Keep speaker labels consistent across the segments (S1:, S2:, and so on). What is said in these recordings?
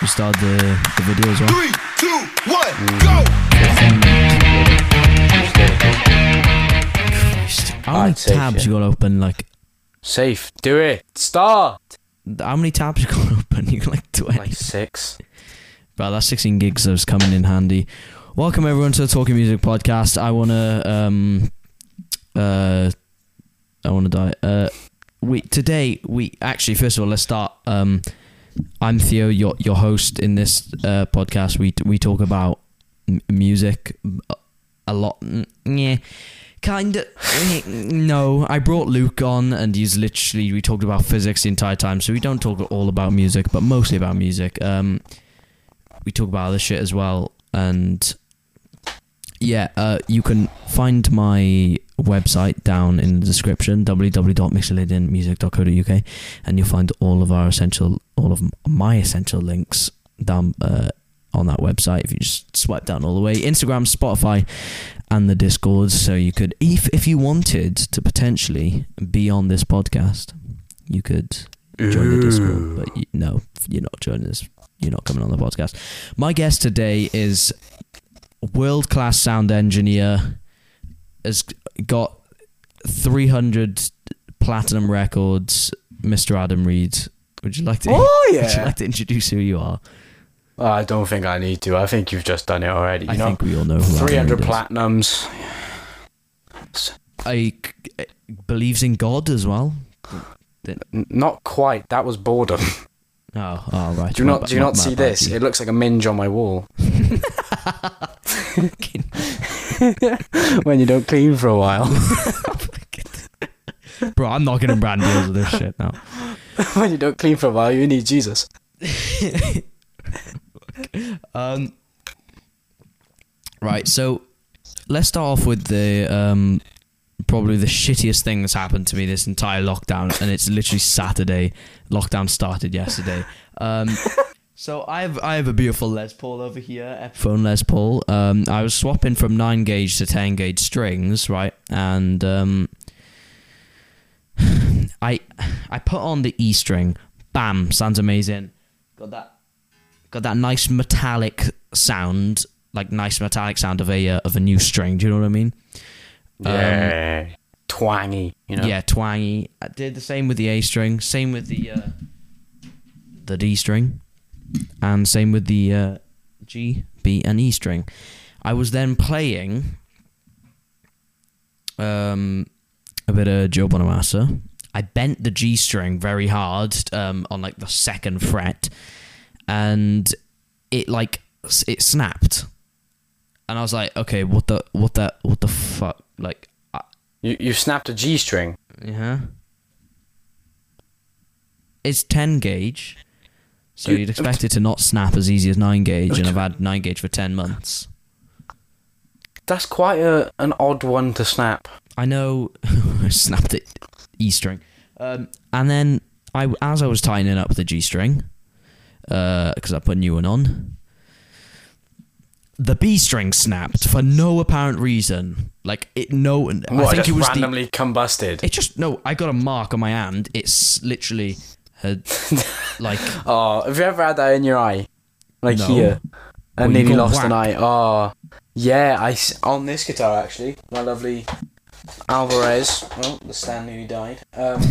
S1: we start the, the video as well.
S2: Three, two, one, go!
S1: How many
S3: I'd say
S1: tabs
S3: shit.
S1: you got open? Like,
S3: Safe. Do it. Start.
S1: th- how many tabs you got open? You got like 20.
S3: Like six.
S1: Bro, that's 16 gigs that's coming in handy. Welcome everyone to the Talking Music podcast. I wanna um uh I wanna die. Uh we today we actually first of all let's start um I'm Theo your your host in this uh podcast. We we talk about m- music a lot. Mm, Yeah. Kind of no. I brought Luke on, and he's literally we talked about physics the entire time, so we don't talk all about music, but mostly about music. Um, we talk about other shit as well. And yeah, uh, you can find my website down in the description www.mixolydianmusic.co.uk and you'll find all of our essential all of my essential links down uh, on that website if you just swipe down all the way instagram spotify and the discord so you could if if you wanted to potentially be on this podcast you could join the Discord, but you, no, you're not joining us. You're not coming on the podcast. My guest today is world class sound engineer. Has got 300 platinum records. Mr. Adam Reed, would you like to?
S3: Oh,
S1: Would you
S3: yeah.
S1: like to introduce who you are?
S3: Oh, I don't think I need to. I think you've just done it already. You
S1: I
S3: know,
S1: think we all know who
S3: three
S1: Adam
S3: hundred
S1: Reed is.
S3: platinums.
S1: I I- believes in God as well.
S3: N- not quite. That was boredom.
S1: Oh, oh right.
S3: Do you
S1: My
S3: not?
S1: ba-
S3: Do you
S1: my-
S3: not
S1: my
S3: see
S1: bad.
S3: this? It looks like a minge on my wall. when you don't clean for a while.
S1: Bro, I'm not getting brand deals with this shit now.
S3: when you don't clean for a while, you need Jesus.
S1: Um, right, so let's start off with the um, probably the shittiest thing that's happened to me this entire lockdown, and it's literally Saturday. Lockdown started yesterday. Um, so I have I have a beautiful Les Paul over here, Epiphone Les Paul. Um, I was swapping from nine gauge to ten gauge strings, right, and um, I I put on the E string. Bam, sounds amazing. Got that got that nice metallic sound, like nice metallic sound of a uh, of a new string. Do you know what I mean?
S3: Yeah. Twangy. You know.
S1: Um, Yeah, twangy. I did the same with the A string, same with the uh, the D string, and same with the uh, G, B, and E string. I was then playing um, a bit of Joe Bonamassa. I bent the G string very hard um, on like the second fret, and it like s- it snapped, and I was like, okay, what the what the what the fuck? Like, I,
S3: You you snapped a G string.
S1: yeah. It's 10 gauge. So
S3: You-
S1: you'd expect it to not snap as easy as 9 gauge, and I've had 9 gauge for 10 months.
S3: That's quite a an odd one to snap.
S1: I know I snapped it E string. Um, and then I, as I was tightening up the G string, because I put a new one on, the B string snapped for no apparent reason. Like it, no,
S3: What,
S1: I think
S3: just
S1: it was the
S3: randomly combusted.
S1: It just no. I got a mark on my hand. It's literally had like
S3: Oh, have you ever had that in your eye? Like
S1: No.
S3: here.
S1: Well,
S3: And
S1: you
S3: then you
S1: got
S3: lost an eye.
S1: whacked.
S3: Oh, yeah, I, s- on this guitar actually, my lovely Alvarez. Well, the Stan who died. Um,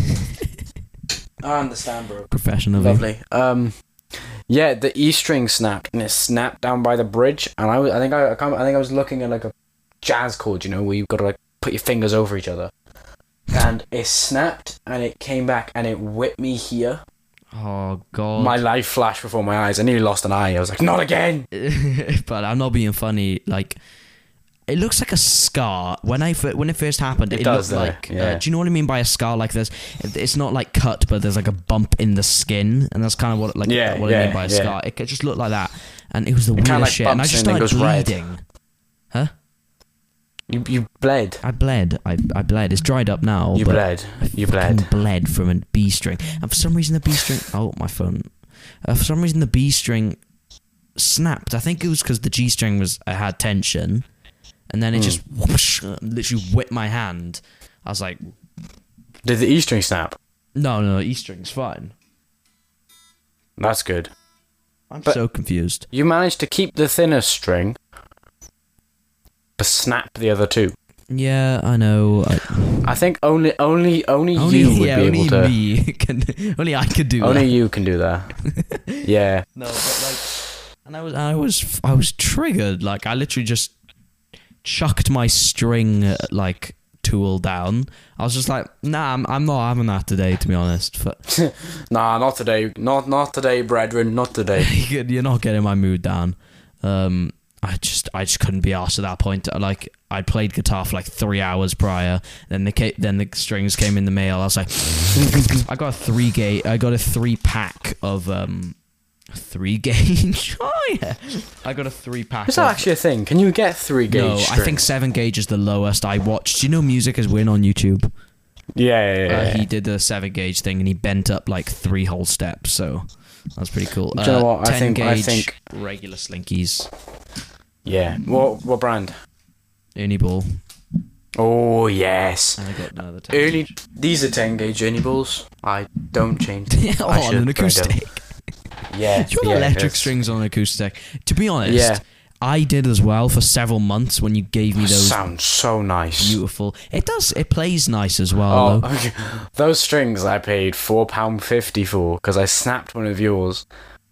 S3: I understand, bro.
S1: professional.
S3: Lovely. Um, yeah, the E string snapped and it snapped down by the bridge. And I, was, I think I, I, can't, I think I was looking at like a jazz chord, you know, where you've got to like put your fingers over each other. And it snapped and it came back and it whipped me here.
S1: Oh god.
S3: My life flashed before my eyes. I nearly lost an eye. I was like, not again.
S1: but I'm not being funny. Like it looks like a scar when I fir- when it first happened. It,
S3: It does,
S1: looked
S3: though,
S1: like. Uh,
S3: yeah.
S1: do you know what I mean by a scar? Like there's, it's not like cut, but there's like a bump in the skin, and that's kind of what like
S3: Yeah,
S1: what I mean
S3: yeah,
S1: by a
S3: yeah.
S1: scar. It, it just looked like that, and it was the weirdest
S3: like,
S1: shit. And I
S3: bumps
S1: just
S3: in and
S1: started
S3: goes red.
S1: bleeding. Huh?
S3: You, you bled.
S1: I bled. I, I bled. It's dried up now.
S3: You
S1: but
S3: bled. You bled.
S1: fucking bled from a B string. And for some reason, the B string. Oh, my phone. Uh, for some reason, the B string snapped. I think it was because the G string was I had tension, and then it just
S3: Hmm.
S1: whoosh, literally whipped my hand. I was like,
S3: Did the E string snap?
S1: no, no, no, E string's fine.
S3: That's good.
S1: I'm
S3: But-
S1: so confused.
S3: You managed to keep the thinner string, but snap the other two.
S1: Yeah, I know. I,
S3: I think only only only,
S1: only
S3: you would
S1: yeah,
S3: be
S1: only
S3: able to.
S1: me can. Only I could do
S3: Only
S1: that.
S3: you can do that. yeah.
S1: No, but like, and I was, I was, I was triggered. Like, I literally just chucked my string uh, like tool down. I was just like, nah, I'm, I'm not having that today. To be honest, but
S3: Nah, not today. Not not today, brethren. Not today.
S1: you're not getting my mood down. Um, I just, I just couldn't be asked at that point. I, Like, I played guitar for like three hours prior. Then the ca- then the strings came in the mail. I was like, I got a three gauge. I got a three pack of um. Three gauge. Oh yeah, I got a three pack.
S3: Is that
S1: of-
S3: actually a thing? Can you get three gauge?
S1: No, I
S3: string?
S1: think seven gauge is the lowest I watched. Do you know music is win on YouTube?
S3: Yeah, yeah, yeah.
S1: Uh,
S3: yeah.
S1: he did the seven gauge thing and he bent up like three whole steps, so that's pretty cool.
S3: you know
S1: Uh,
S3: what? I
S1: Ten
S3: think- I
S1: gauge,
S3: think-
S1: regular slinkies,
S3: yeah. What what brand?
S1: Ernie ball,
S3: Oh yes.
S1: and I got another ten.
S3: Ernie, these are ten gauge Ernie balls. I don't change. them.
S1: Yeah,
S3: I
S1: on Oh, an
S3: should, but I don't.
S1: acoustic.
S3: Yeah,
S1: Do you
S3: yeah,
S1: want electric
S3: that's-
S1: strings on an acoustic? To be honest,
S3: Yeah. Oh,
S1: I did as well for several months when you gave me those
S3: Sounds so nice.
S1: beautiful. It does. It plays nice as well.
S3: Oh,
S1: though.
S3: okay. those strings I paid four pound fifty for because I snapped one of yours,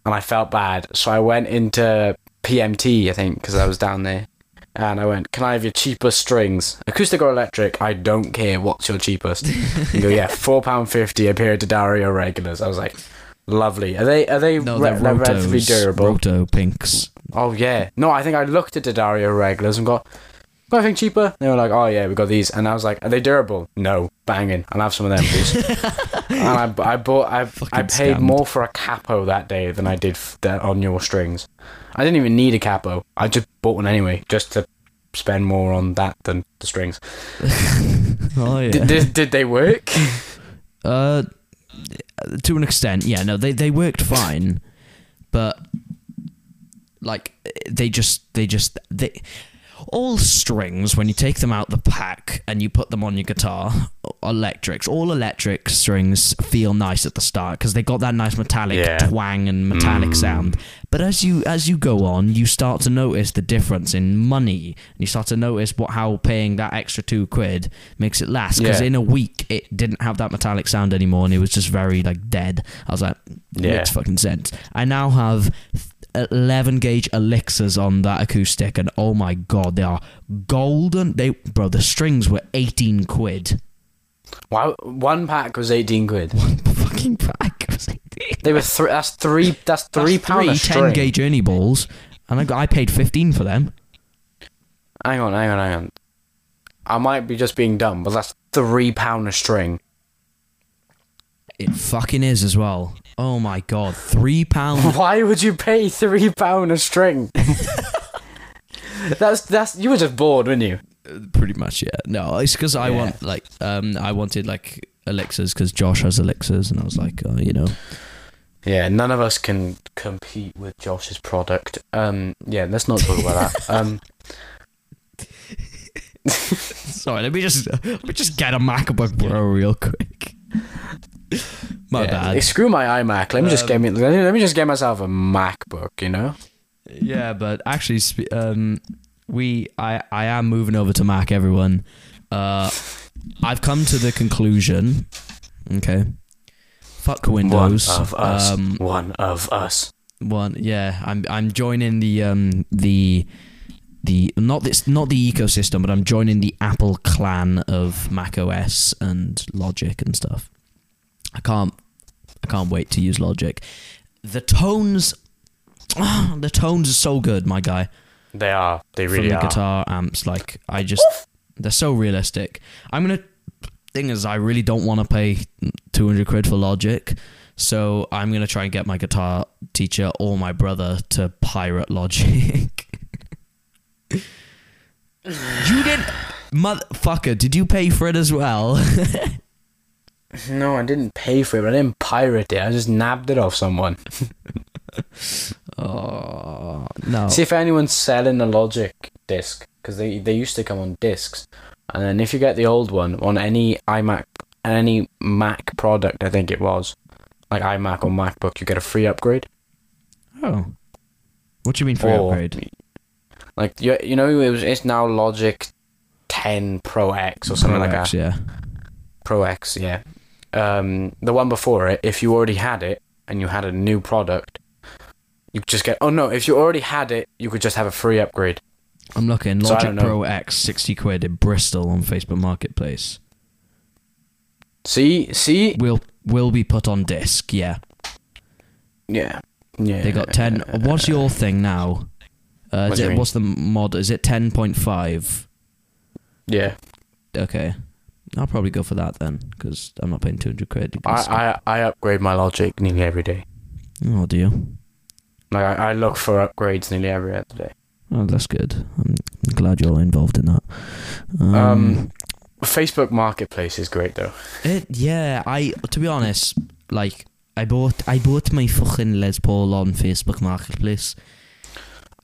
S3: and I felt bad, so I went into PMT I think because I was down there, and I went, "Can I have your cheapest strings, acoustic or electric? I don't care. What's your cheapest?" and go, "Yeah, four pound fifty a pair of Dario regulars." I was like, "Lovely. Are they? Are they
S1: No,
S3: re-
S1: they're
S3: they're relatively
S1: rotos,
S3: durable?"
S1: roto pinks.
S3: Oh yeah. No, I think I looked at the Dario regulars and got got anything cheaper? They were like, Oh yeah, we got these and I was like, Are they durable? No. Banging. I'll have some of them, please. and I, I bought I I
S1: Fucking
S3: paid
S1: scammed.
S3: more for a capo that day than I did f- that on your strings. I didn't even need a capo. I just bought one anyway, just to spend more on that than the strings.
S1: Oh yeah.
S3: Did, did, did they work?
S1: Uh, to an extent, yeah. No, they they worked fine, but like they just they just they all strings when you take them out the pack and you put them on your guitar electrics all electric strings feel nice at the start because they got that nice metallic
S3: Yeah.
S1: twang and metallic
S3: Mm.
S1: sound but as you as you go on you start to notice the difference in money and you start to notice what how paying that extra two quid makes it last because
S3: Yeah.
S1: in a week it didn't have that metallic sound anymore and it was just very like dead i was like
S3: Yeah.
S1: makes fucking sense i now have 11 gauge elixirs on that acoustic and oh my god they are golden they bro the strings were 18 quid
S3: wow one pack was eighteen quid.
S1: fucking pack I was like,
S3: They were three that's three that's three
S1: that's
S3: pound
S1: three 10
S3: a string.
S1: gauge ernie balls and I, got, I paid 15 for them
S3: Hang on, hang on, hang on. I might be just being dumb, but that's three pound a string.
S1: it fucking is as well oh my god three pound
S3: Why would you pay three pound a string? that's that's you were just bored, weren't you?
S1: pretty much yeah no it's because i
S3: Yeah.
S1: want like um i wanted like elixirs because josh has elixirs and i was like oh, you know
S3: Yeah, none of us can compete with Josh's product. Um, yeah, let's not talk about that. Um,
S1: Sorry, let me just let me just get a MacBook Pro real quick. My
S3: yeah,
S1: bad. Um,
S3: Screw my iMac. Let me just get me. Let me just get myself a MacBook. You know.
S1: Yeah, but actually, spe- um, we I I am moving over to Mac. Everyone, uh, I've come to the conclusion. Okay, fuck Windows.
S3: One of us.
S1: Um,
S3: one of us.
S1: one. Yeah, I'm I'm joining the um the the not this not the ecosystem, but I'm joining the Apple clan of Mac OS and Logic and stuff. I can't I can't wait to use Logic. The tones the tones are so good, my guy.
S3: They are. They really
S1: from
S3: are.
S1: the guitar amps, like I just they're so realistic. I'm gonna thing is I really don't want to pay 200 quid for Logic, so I'm gonna try and get my guitar teacher or my brother to pirate Logic. you did, motherfucker. Did you pay for it as well?
S3: No, I didn't pay for it. But I didn't pirate it. I just nabbed it off someone.
S1: oh no.
S3: See if anyone's selling a Logic disc because they they used to come on discs, and then if you get the old one on any iMac, any Mac product, I think it was, like iMac or MacBook, you get a free upgrade.
S1: Oh. What do you mean free
S3: Or-
S1: upgrade?
S3: Like you, you know, it was it's now Logic 10 Pro X or something
S1: Pro
S3: like that.
S1: X, Yeah.
S3: Pro X, yeah. Um, the one before it, if you already had it and you had a new product, you could just get. Oh no, if you already had it, you could just have a free upgrade.
S1: I'm looking.
S3: So I
S1: Logic
S3: don't know.
S1: Pro X, 60 quid in Bristol on Facebook Marketplace.
S3: See, see,
S1: Will will be put on disc, yeah.
S3: yeah, yeah.
S1: They got 10. What's your thing now? Uh,
S3: What
S1: is
S3: do you
S1: it,
S3: mean?
S1: what's the mod? Is it 10.5?
S3: Yeah,
S1: Okay. I'll probably go for that then, because I'm not paying 200 quid.
S3: I, I I upgrade my Logic nearly every day.
S1: oh, dear.
S3: Like I, I look for upgrades nearly every other day.
S1: Oh, that's good. I'm glad you're involved in that. Um,
S3: Um, Facebook Marketplace is great though.
S1: it, yeah, I to be honest, like I bought I bought my fucking Les Paul on Facebook Marketplace.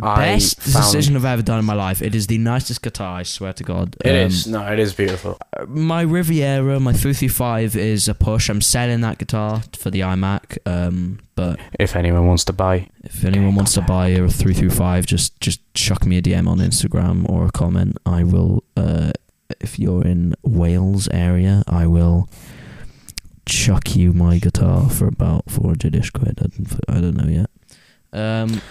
S3: I
S1: Best
S3: found-
S1: decision I've ever done in my life. It is the nicest guitar. I swear to God.
S3: It
S1: Um,
S3: is no, it is beautiful.
S1: my Riviera, my Futhi Five is a push. I'm selling that guitar for the iMac. Um, but
S3: If anyone wants to buy,
S1: if anyone wants to buy a three through five, just just chuck me a DM on Instagram or a comment. I will. Uh, if you're in Wales area, I will chuck you my guitar for about four hundred ish quid. I don't, I don't know yet. Um,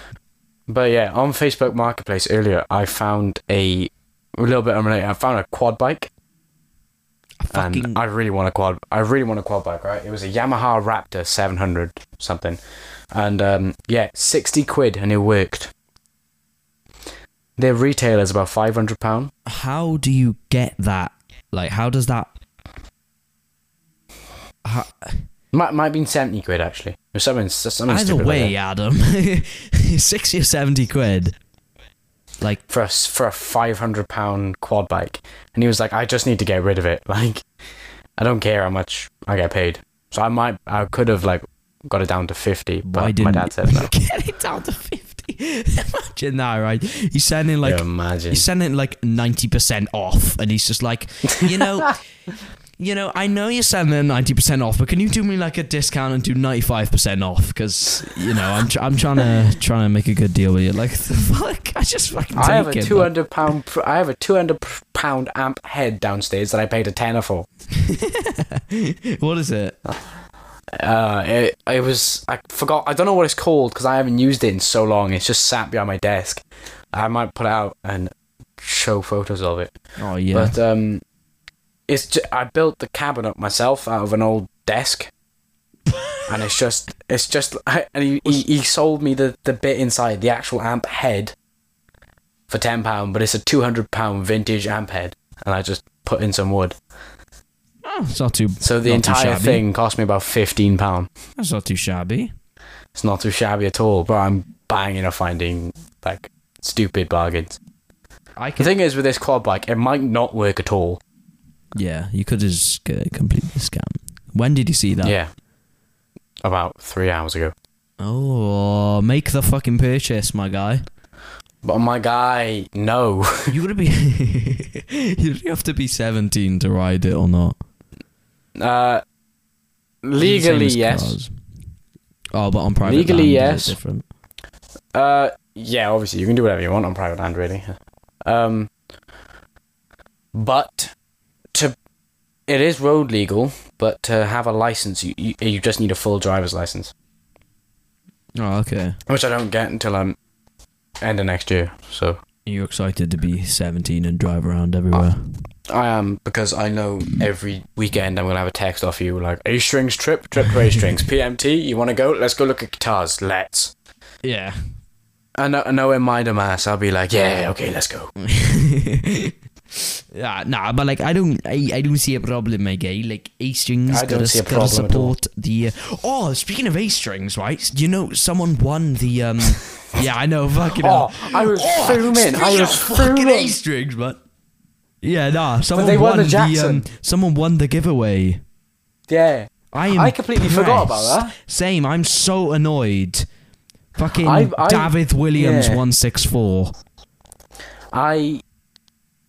S3: But yeah, on Facebook Marketplace earlier, I found a, a little bit unrelated. I found a quad bike,
S1: I fucking
S3: and I really want a quad. I really want a quad bike, right? It was a Yamaha Raptor 700 something, and um, yeah, 60 quid, and it worked. Their retail is about 500 pound.
S1: how do you get that? Like, how does that? How,
S3: Might might have been 70 quid actually. Or something. something
S1: Either
S3: stupid like
S1: way,
S3: that.
S1: Adam, sixty or seventy quid. Like,
S3: for a, s- for a 500 pound quad bike, and he was like, I just need to get rid of it. Like, I don't care how much I get paid. So I might, I could have like got it down to 50, but
S1: why
S3: my
S1: didn't
S3: dad said no.
S1: you get it down to fifty? Imagine that, right? He's sending like
S3: Yeah, imagine.
S1: he's sending like ninety percent off, and he's just like, you know, you know, I know you're sending ninety percent off, but can you do me like a discount and do ninety five percent off? Because you know, I'm tr- I'm trying to trying to make a good deal with you. Like, the fuck, I just fucking take
S3: I have a
S1: it,
S3: two
S1: but-
S3: hundred pound. pr- I have a two hundred pound amp head downstairs that I paid a tenner for.
S1: What is it?
S3: Uh, it, it was I forgot. I don't know what it's called because I haven't used it in so long. It's just sat behind my desk. I might put it out and show photos of it.
S1: Oh yeah,
S3: But um, it's ju- I built the cabinet myself out of an old desk, and it's just it's just and he, he, he sold me the the bit inside the actual amp head for ten pound, but it's a two hundred pound vintage amp head, and I just put in some wood.
S1: Oh, it's not too.
S3: So the
S1: not too
S3: entire
S1: shabby.
S3: thing cost me about fifteen pound.
S1: That's not too shabby.
S3: It's not too shabby at all, but I'm banging on finding like stupid bargains.
S1: I
S3: The thing is with this quad bike, it might not work at all.
S1: Yeah, you could just get a complete scam. When did you see that?
S3: Yeah. About three hours ago.
S1: Oh, make the fucking purchase, my guy.
S3: But my guy, no.
S1: You would be. you have to be seventeen to ride it or not.
S3: Uh,
S1: Same
S3: legally,
S1: as
S3: yes.
S1: cars. Oh, but on private.
S3: Legally,
S1: land, is it
S3: yes.
S1: different.
S3: Uh, yeah, obviously, you can do whatever you want on private land, really. Um, but to it is road legal, but to have a license, you, you you just need a full driver's license,
S1: Oh, okay.
S3: which I don't get until I'm end of next year. So
S1: You're excited to be seventeen and drive around everywhere.
S3: I am because I know every weekend I'm gonna have a text off you like A strings trip, trip to A strings, PMT. You want to go? Let's go look at guitars. Let's.
S1: yeah.
S3: I know, I know in my dumbass, I'll be like, yeah, okay, let's go.
S1: Yeah, nah, but like I don't, I, I don't see a problem, my guy. Like A strings
S3: I don't
S1: gotta,
S3: see a
S1: gotta
S3: problem at all.
S1: support the. Uh, oh, speaking of A strings, right? You know, someone won the. um Yeah, I know. Fucking.
S3: Oh,
S1: hell.
S3: I was fuming. I
S1: speaking
S3: was
S1: of fucking A
S3: fuming.
S1: strings, but. Yeah, nah. Someone
S3: they won
S1: won,
S3: the
S1: the. um,
S3: Jackson.
S1: someone won the giveaway.
S3: Yeah.
S1: I am
S3: I completely forgot about
S1: impressed.
S3: that.
S1: Same. I'm so annoyed. Fucking
S3: I- I-
S1: David Williams
S3: yeah.
S1: one six four.
S3: I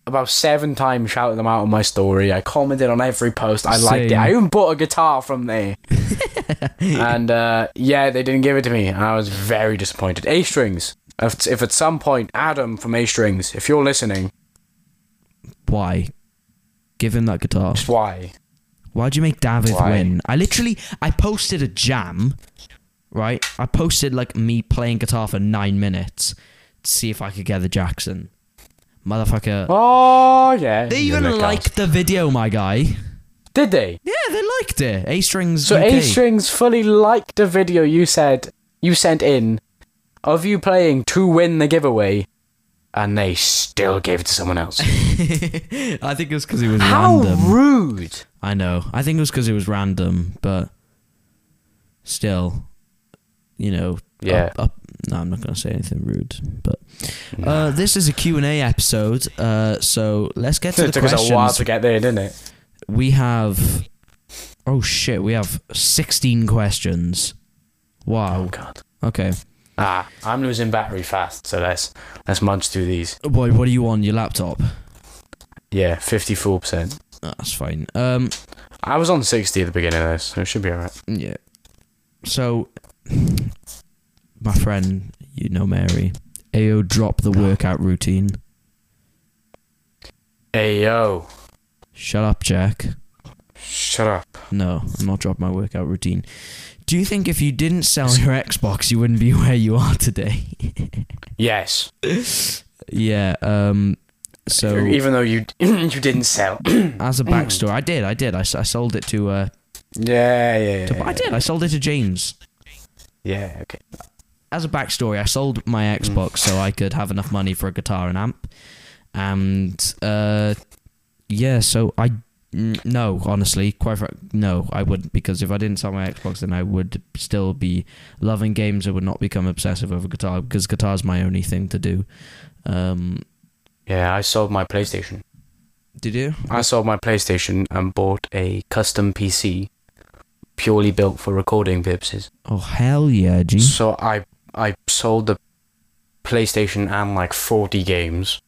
S3: about seven times shouting them out on my story. I commented on every post. I liked it.
S1: Same.
S3: I even bought a guitar from there. and uh, yeah, they didn't give it to me. And I was very disappointed. A strings. If, if at some point Adam from A strings, if you're listening,
S1: Why? Give him that guitar.
S3: just why?
S1: Why'd you make David
S3: Why?
S1: win? I literally I posted a jam, right? I posted like me playing guitar for nine minutes to see if I could get the Jackson. Motherfucker.
S3: Oh yeah.
S1: they
S3: you're
S1: even
S3: a cast.
S1: liked the video, my guy.
S3: Did they?
S1: Yeah, they liked it. A strings.
S3: So
S1: UK.
S3: A Strings fully liked the video you said you sent in of you playing to win the giveaway, and they still gave it to someone else.
S1: I think it was because it was
S3: How
S1: random.
S3: rude!
S1: I know. I think it was because it was random, but still, you know.
S3: Yeah.
S1: Up, up, no, I'm not going to say anything rude, but uh, this is a Q&A episode, uh, so let's get to
S3: It
S1: the
S3: took us a while
S1: questions.
S3: to get there, didn't it?
S1: we have. Oh shit! We have 16 questions.
S3: Oh
S1: Wow.
S3: god.
S1: Okay.
S3: Ah, I'm losing battery fast, so let's let's munch through these.
S1: Boy, what are you on your laptop?
S3: Yeah, fifty-four percent.
S1: That's fine. Um.
S3: I was on sixty at the beginning of this, so it should be alright.
S1: Yeah. So, my friend, you know Mary, AO drop the workout routine.
S3: Ayo,
S1: Shut up, Jack.
S3: shut up.
S1: No, I'm not dropping my workout routine. Do you think if you didn't sell your Xbox, you wouldn't be where you are today?
S3: Yes.
S1: yeah. Um. So,
S3: Even Mm. though you you didn't sell.
S1: as a backstory, I did. I did. I, s- I sold it to. Uh,
S3: yeah, yeah,
S1: to I
S3: yeah.
S1: did. I sold it to James.
S3: Yeah, okay.
S1: as a backstory, I sold my Xbox so I could have enough money for a guitar and amp. And uh, yeah, so I mm, no, honestly, quite fr- no, I wouldn't because if I didn't sell my Xbox, then I would still be loving games. I would not become obsessive over guitar because guitar's my only thing to do. Um,
S3: Yeah, I sold my PlayStation.
S1: did you?
S3: I sold my PlayStation and bought a custom PC purely built for recording purposes.
S1: Oh hell yeah, G.
S3: So I I sold the PlayStation and like 40 games.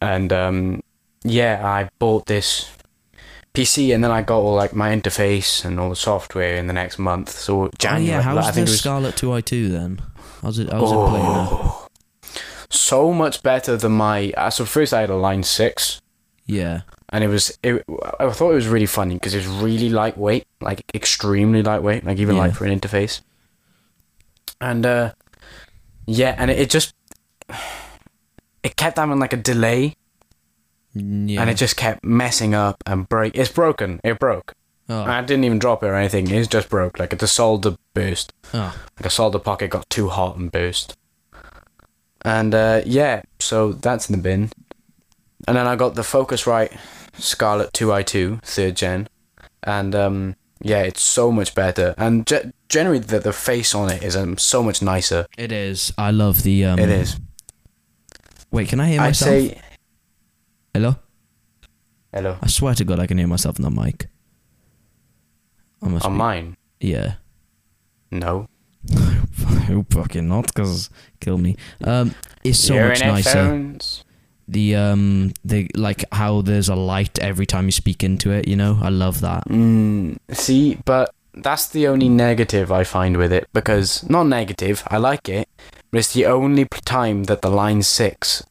S3: And um yeah, I bought this PC and then I got all like my interface and all the software in the next month. So
S1: Oh
S3: January
S1: yeah,
S3: like,
S1: how's
S3: I think
S1: the
S3: it was Oh.
S1: Scarlet Two I Two then? How's it? How's it playing? now?
S3: so much better than my uh, so first I had a line 6
S1: Yeah,
S3: and it was it, I thought it was really funny because it's really lightweight, like extremely lightweight, like even
S1: Yeah.
S3: like for an interface. And uh yeah, and it, it just it kept having like a delay,
S1: yeah.
S3: and it just kept messing up and break. It's broken. It broke.
S1: oh,
S3: I didn't even drop it or anything. It's just broke. Like the solder burst.
S1: oh.
S3: Like a solder pocket got too hot and burst. And uh yeah, so that's in the bin. And then I got the Focusrite Scarlett 2i2 third gen, and um, yeah, it's so much better. And ge- generally, the, the face on it is um, so much nicer.
S1: It is. I love the. Um,
S3: It is.
S1: Wait, can I hear
S3: I'd
S1: myself?
S3: say
S1: Hello?
S3: hello
S1: I swear to God, I can hear myself in the mic. I must
S3: on
S1: be-
S3: mine.
S1: Yeah.
S3: No,
S1: I hope fucking not, because kill me. Um, it's so
S3: You're
S1: much
S3: in
S1: nicer.
S3: headphones.
S1: The um, the like how there's a light every time you speak into it. You know, I love that.
S3: Mm, see, but that's the only negative I find with it because not negative. I like it, but it's the only p- time that the Line Six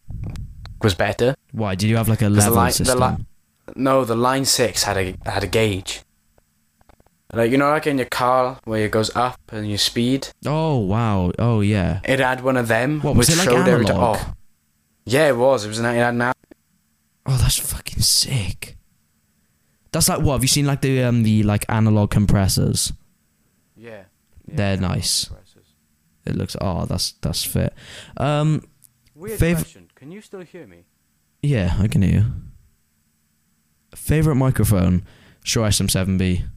S3: was better.
S1: Why? Did you have like a
S3: 'Cause the
S1: level
S3: light- the
S1: system?
S3: light- No, the Line Six had a had a gauge. Like you know, like in your car where it goes up and your speed.
S1: oh wow! Oh yeah.
S3: It had one of them,
S1: What, was
S3: which
S1: it like
S3: showed every time.
S1: analog?
S3: Oh, yeah, it was. It was an it had an app.
S1: Oh, that's fucking sick. That's like what? Have you seen like the um the like analog compressors?
S3: Yeah,
S1: They're nice. It looks. Oh, that's that's fit. Um,
S3: Weird
S1: Fav-
S3: question. Can you still hear me?
S1: Yeah, I can hear you. Favorite microphone? Sure SM7B.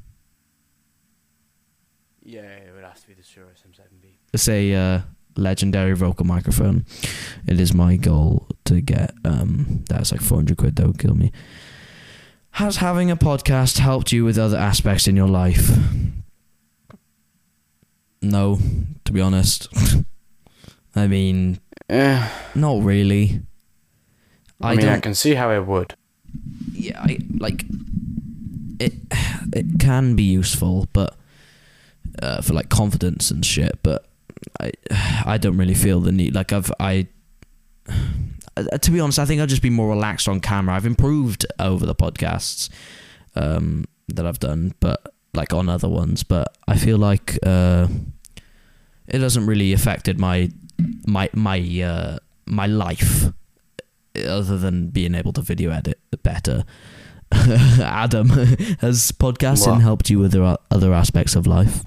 S3: Yeah, it would have to be the Shure SM7B.
S1: It's a uh, legendary vocal microphone. It is my goal to get. Um, that's like 400 quid, though, kill me. Has having a podcast helped you with other aspects in your life? No, to be honest. I mean,
S3: Yeah.
S1: not really. I,
S3: I mean,
S1: don't.
S3: I can see how it would.
S1: yeah, I, like it. It can be useful, but uh, for like confidence and shit. But I, I don't really feel the need. Like I've, I. uh, To be honest, I think I'll just be more relaxed on camera. I've improved over the podcasts um, that I've done, but like on other ones. But I feel like uh, it hasn't really affected my my my uh, my life other than being able to video edit better. Adam, has podcasting
S3: What?
S1: helped you with the other aspects of life?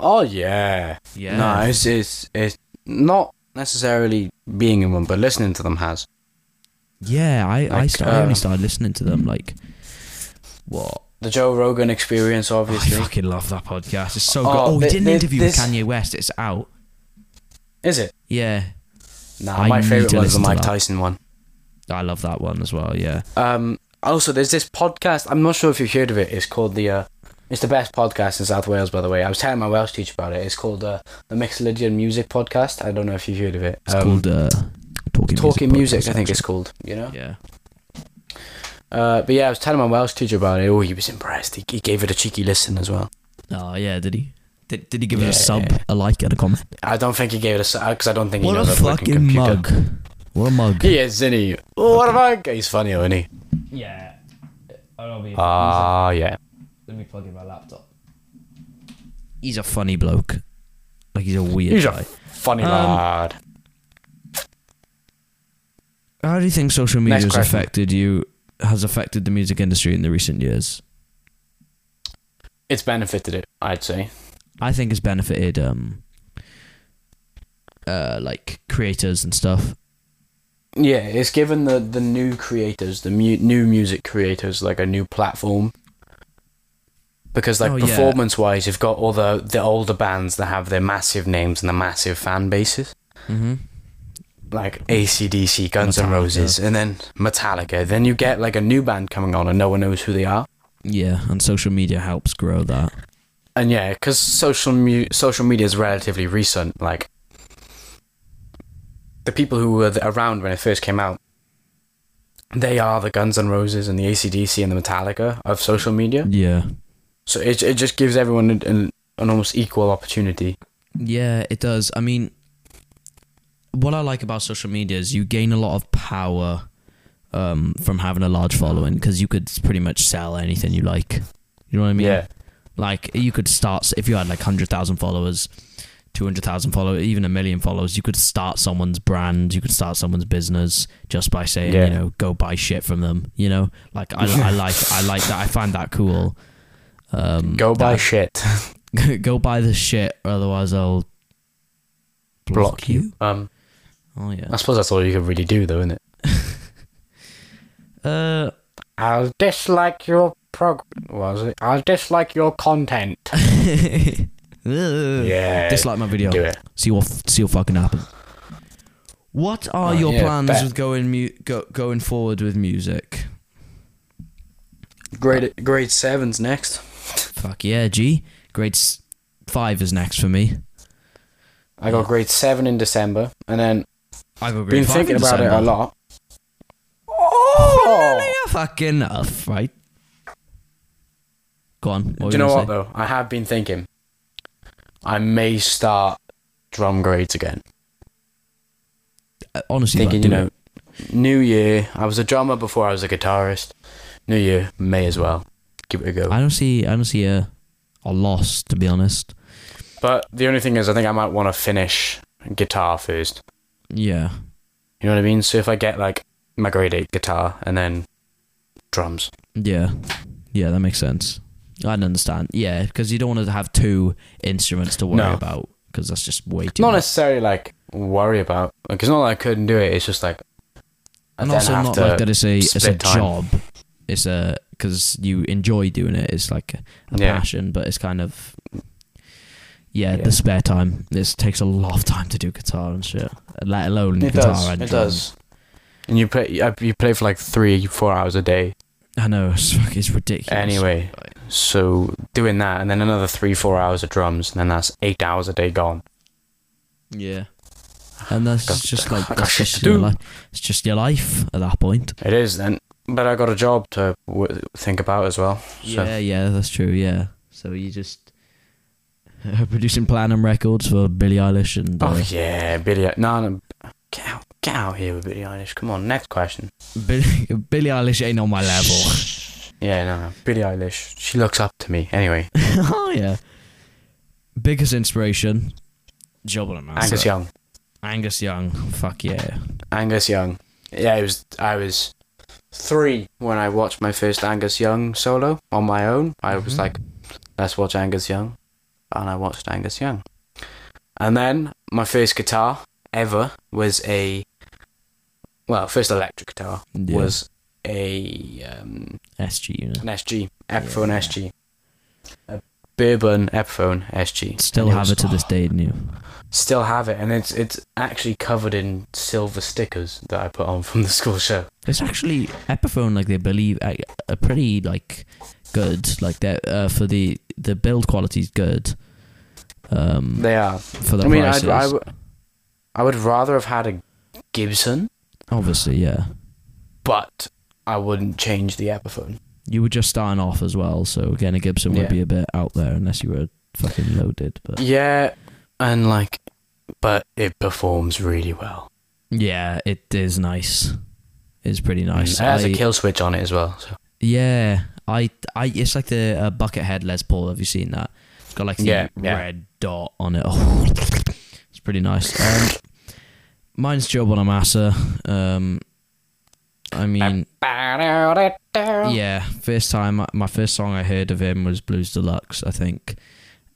S3: Oh yeah.
S1: Yeah.
S3: No, it's it's it's not necessarily being in one, but listening to them has.
S1: Yeah, I I,
S3: Like,
S1: sta- I
S3: uh,
S1: only started listening to them like what?
S3: The Joe Rogan Experience,
S1: I
S3: obviously,
S1: fucking love that podcast. It's so
S3: Oh,
S1: good. Oh, he
S3: thi-
S1: did an
S3: thi-
S1: interview
S3: this-
S1: with Kanye West. It's out.
S3: is it?
S1: Yeah,
S3: Nah,
S1: I
S3: my
S1: need
S3: favorite
S1: to
S3: was the
S1: listen to
S3: Mike
S1: that.
S3: Tyson one.
S1: I love that one as well. Yeah.
S3: Um, also, there's this podcast. I'm not sure if you've heard of it. It's called the. Uh, it's the best podcast in South Wales, by the way. I was telling my Welsh teacher about it. It's called uh, the Mixolydian Music Podcast. I don't know if you've heard of it.
S1: It's
S3: Um,
S1: called uh, Talking
S3: Talking Music,
S1: Podcast,
S3: I think it's
S1: actually.
S3: called. You know.
S1: Yeah.
S3: Uh, but yeah, I was telling my Welsh teacher about it. Oh, he was impressed. He, he gave it a cheeky listen as well.
S1: Oh yeah, did he? Did, did he give it
S3: Yeah.
S1: a sub, a like, and a comment?
S3: I don't think he gave it a because I don't think he
S1: What a
S3: knows
S1: fucking
S3: computer.
S1: mug! What a mug!
S3: He is, isn't he? Oh, what a mug! He's funny, isn't he?
S1: Yeah. I'll be.
S3: Ah, yeah.
S1: Let me plug in my laptop. He's a funny bloke. Like he's a weird
S3: He's a
S1: guy.
S3: funny
S1: Um,
S3: lad.
S1: How do you think social media
S3: Next
S1: has
S3: question.
S1: affected you? Has affected the music industry in the recent years?
S3: It's benefited it, I'd say.
S1: I think it's benefited, um, uh, like creators and stuff.
S3: Yeah, it's given the, the new creators, the mu- new music creators, like a new platform. Because like
S1: Oh, yeah.
S3: performance wise, you've got all the the older bands that have their massive names and the massive fan bases,
S1: Mm-hmm.
S3: like ACDC, Guns N'
S1: Metallica.
S3: Roses, and then Metallica. Then you get like a new band coming on, and no one knows who they are.
S1: Yeah, and social media helps grow that.
S3: And yeah, because social mu- social media is relatively recent. Like the people who were th- around when it first came out, they are the Guns N' Roses and the ACDC and the Metallica of social media.
S1: Yeah.
S3: So it it just gives everyone an, an, an almost equal opportunity.
S1: Yeah, it does. I mean, what I like about social media is you gain a lot of power um, from having a large following because you could pretty much sell anything you like. You know what I mean? Like you could start if you had like hundred thousand followers, two hundred thousand followers, even a million followers. You could start someone's brand. You could start someone's business just by saying,
S3: Yeah.
S1: you know, go buy shit from them. You know, like I, I like I like that. I find that cool. Um,
S3: go buy
S1: that-
S3: shit.
S1: go buy this shit, or otherwise I'll
S3: Block you. Um,
S1: Oh yeah.
S3: I suppose that's all you could really do, though, isn't it?
S1: Uh,
S3: I'll dislike your prog. What was it? I'll dislike your content. yeah.
S1: Dislike my video.
S3: Do it.
S1: See what see what fucking happen. What are
S3: Oh,
S1: your
S3: yeah,
S1: plans
S3: bet.
S1: with going mu- go, going forward with music?
S3: Grade grade seven's next.
S1: Fuck yeah, G. Grade s- five is next for me.
S3: I got
S1: Yeah.
S3: grade seven in December, and then
S1: I got grade
S3: been
S1: five
S3: thinking
S1: in
S3: about it
S1: December.
S3: a lot.
S1: Oh,
S3: Oh!
S1: yeah, fucking enough, right? Go on. What were
S3: Do you know
S1: gonna
S3: what
S1: say?
S3: though? I have been thinking. I may start drum grades again.
S1: Uh, Honestly,
S3: thinking,
S1: like,
S3: you
S1: do
S3: know,
S1: it.
S3: new year. I was a drummer before I was a guitarist. New year, may as well give it a go.
S1: I don't see I don't see a a loss to be honest.
S3: But the only thing is, I think I might want to finish guitar first.
S1: Yeah.
S3: You know what I mean? So if I get like my grade eight guitar and then drums.
S1: Yeah, yeah, that makes sense. I understand. Yeah, because you don't want to have two instruments to worry
S3: No.
S1: about because that's just way too.
S3: not
S1: much.
S3: necessarily like worry about like it's not that I couldn't do it. It's just like I
S1: and
S3: then
S1: also
S3: have
S1: not
S3: to
S1: like that. It's a it's a
S3: split time.
S1: job. It's a because you enjoy doing it. It's like a, a
S3: Yeah.
S1: passion, but it's kind of yeah,
S3: Yeah.
S1: the spare time. This takes a lot of time to do guitar and shit. Let alone
S3: It
S1: guitar
S3: does.
S1: and
S3: It
S1: drums.
S3: does. And you play uh, you play for like three four hours a day
S1: I know it's, fuck- it's ridiculous.
S3: anyway. So doing that and then another three four hours of drums and then that's eight hours a day gone.
S1: yeah, and that's
S3: Got-
S1: just like
S3: I got
S1: that's
S3: shit
S1: just
S3: to
S1: your
S3: do.
S1: life. It's just your life at that point.
S3: It is then, but I got a job to w- think about as well. So.
S1: Yeah, yeah, that's true. Yeah, so you just uh, producing platinum records for Billie Eilish and uh,
S3: Oh yeah, Billy. No, no, get out, get out here with Billy Eilish. Come on, next question.
S1: Billie, Billie Eilish ain't on my level.
S3: Yeah, no, no, Billie Eilish. She looks up to me. Anyway,
S1: oh yeah, biggest inspiration, Joblin Man.
S3: Angus Young.
S1: Angus Young. Fuck yeah.
S3: Angus Young. Yeah, it was. I was three when I watched my first Angus Young solo on my own. I was like, let's watch Angus Young, and I watched Angus Young. And then my first guitar ever was a, well, first electric guitar
S1: Yeah.
S3: was a um,
S1: SG unit.
S3: an SG Epiphone SG, a Bourbon Epiphone SG.
S1: Still
S3: And
S1: have
S3: was-
S1: it to this day, didn't you?
S3: Still have it, and it's it's actually covered in silver stickers that I put on from the school show.
S1: It's actually Epiphone, like they believe, are are pretty like good. Like they uh, for the the build quality's good. Um,
S3: They are.
S1: for the
S3: I mean, I'd,
S1: prices,
S3: I, w- I would rather have had a Gibson,
S1: obviously, yeah.
S3: but I wouldn't change the Epiphone.
S1: You were just starting off as well, so again, a Gibson would
S3: Yeah.
S1: be a bit out there unless you were fucking loaded. But
S3: Yeah, and like, but it performs really well.
S1: yeah, it is nice. It's pretty nice.
S3: It has
S1: Mm, I-
S3: Mm, a kill switch on it as well. So.
S1: Yeah, I, I, it's like the uh, Buckethead Les Paul. Have you seen that? It's got like the
S3: Yeah, yeah.
S1: red dot on it. Oh, it's pretty nice. Um, mine's Joe Bonamassa. Um, I mean, yeah, first time my first song I heard of him was Blues Deluxe, I think,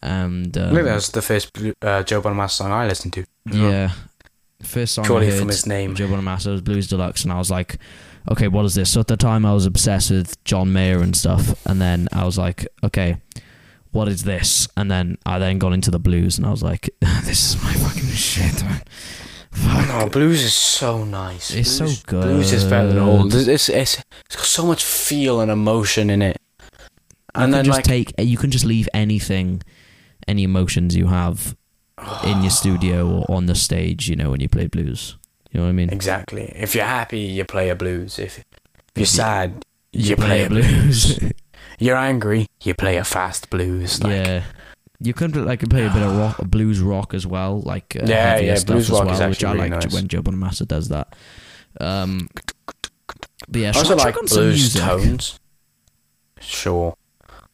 S1: and
S3: I
S1: um,
S3: think that was the first Blue- uh, Joe Bonamassa song I listened to.
S1: yeah, first song I
S3: Surely
S1: heard
S3: from his name.
S1: Joe Bonamassa was Blues Deluxe, and I was like, okay, what is this? So at the time, I was obsessed with John Mayer and stuff, and then I was like, okay, what is this? And then I then got into the blues, and I was like, this is my fucking shit, man.
S3: Oh, blues is so nice.
S1: It's so
S3: blues, Blues is better than
S1: good.
S3: old. It's, it's, it's, it's got so much feel and emotion in it. And
S1: you
S3: then,
S1: can just
S3: like,
S1: take, you can just leave anything, any emotions you have in your studio or on the stage, you know, when you play blues. You know what I mean?
S3: Exactly. If you're happy, you play a blues. If, if you're sad, you,
S1: You
S3: play,
S1: play
S3: a
S1: a
S3: blues.
S1: blues.
S3: you're angry, you play a fast blues. Like,
S1: yeah. You can pl- like play a bit of rock, blues rock as well, like uh,
S3: Yeah,
S1: heavier
S3: yeah,
S1: stuff as
S3: blues rock
S1: well,
S3: is
S1: which
S3: actually
S1: I
S3: really
S1: like
S3: nice.
S1: when Joe Bonamassa does that. Um, but yeah,
S3: I also
S1: should I
S3: like
S1: check on some
S3: blues
S1: music?
S3: tones. Sure.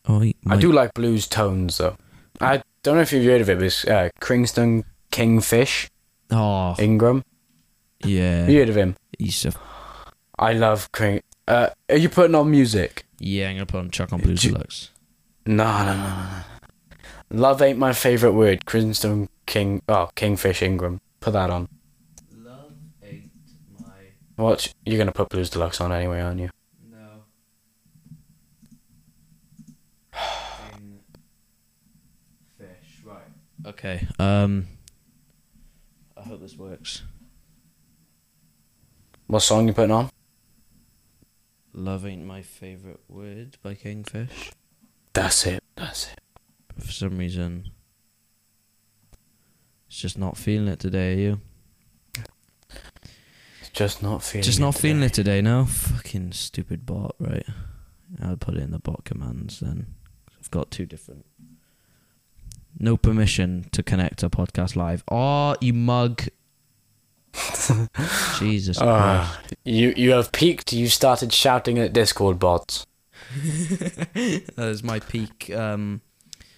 S1: Oh, he
S3: I
S1: might-
S3: do like blues tones, though. I don't know if you've heard of it, but it's uh, Kingston Kingfish
S1: Oh,
S3: Ingram.
S1: yeah,
S3: You heard of him?
S1: He's a-
S3: I love King. Uh, are you putting on music?
S1: yeah. I'm gonna put on Chuck on Blues
S3: Do-
S1: Deluxe.
S3: No, no, no, no, no. Love ain't my favorite word. Kingston King. Oh, Kingfish Ingram. Put that on.
S1: Love ain't my
S3: What? You're gonna put Blues Deluxe on anyway, aren't you?
S1: no. Fish, right? Okay. Um, I hope this works.
S3: What song you putting on?
S1: Love ain't my favorite word by Kingfish.
S3: That's it. That's it.
S1: for some reason it's just not feeling it today are you
S3: It's just not feeling.
S1: just not feeling
S3: today.
S1: it today no fucking stupid bot right i'll put it in the bot commands then i've got two different no permission to connect to podcast live oh you mug jesus christ
S3: Ah, you you have peaked. You started shouting at Discord bots.
S1: that is my peak um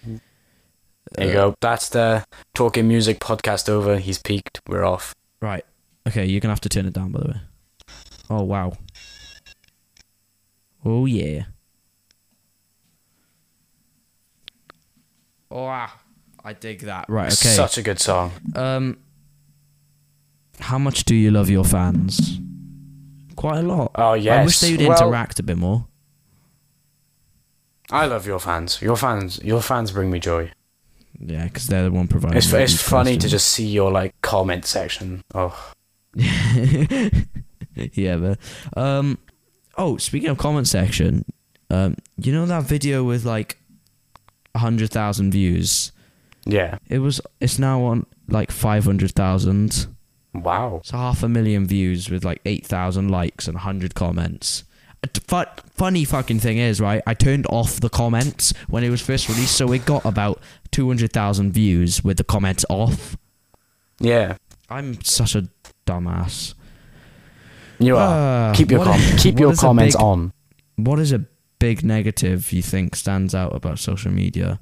S3: There you
S1: Uh,
S3: go. That's the talking music podcast over. He's peaked. We're off.
S1: right okay you're gonna have to turn it down by the way oh wow oh yeah oh ah, i dig that right okay
S3: Such a good song.
S1: um how much do you love your fans quite a lot
S3: Oh yes.
S1: i wish they would
S3: Well,
S1: interact a bit more
S3: I love your fans. Your fans. Your fans bring me joy.
S1: yeah because they're the one providing
S3: It's
S1: the
S3: it's
S1: deep
S3: funny to
S1: questions.
S3: just see your like comment section. Oh
S1: yeah, but um, oh, speaking of comment section, um, you know that video with like hundred thousand views?
S3: yeah.
S1: It was. It's now on like five hundred thousand.
S3: Wow.
S1: So half a million views with like 8,000 likes and 100 comments. Uh, t- fu- funny fucking thing is, right? I turned off the comments when it was first released, so it got about 200,000 views with the comments off.
S3: Yeah.
S1: I'm such a dumbass.
S3: You are.
S1: Uh,
S3: keep your
S1: what-
S3: com- keep
S1: what
S3: your
S1: is a
S3: comments
S1: big-
S3: on.
S1: What is a big negative you think stands out about social media?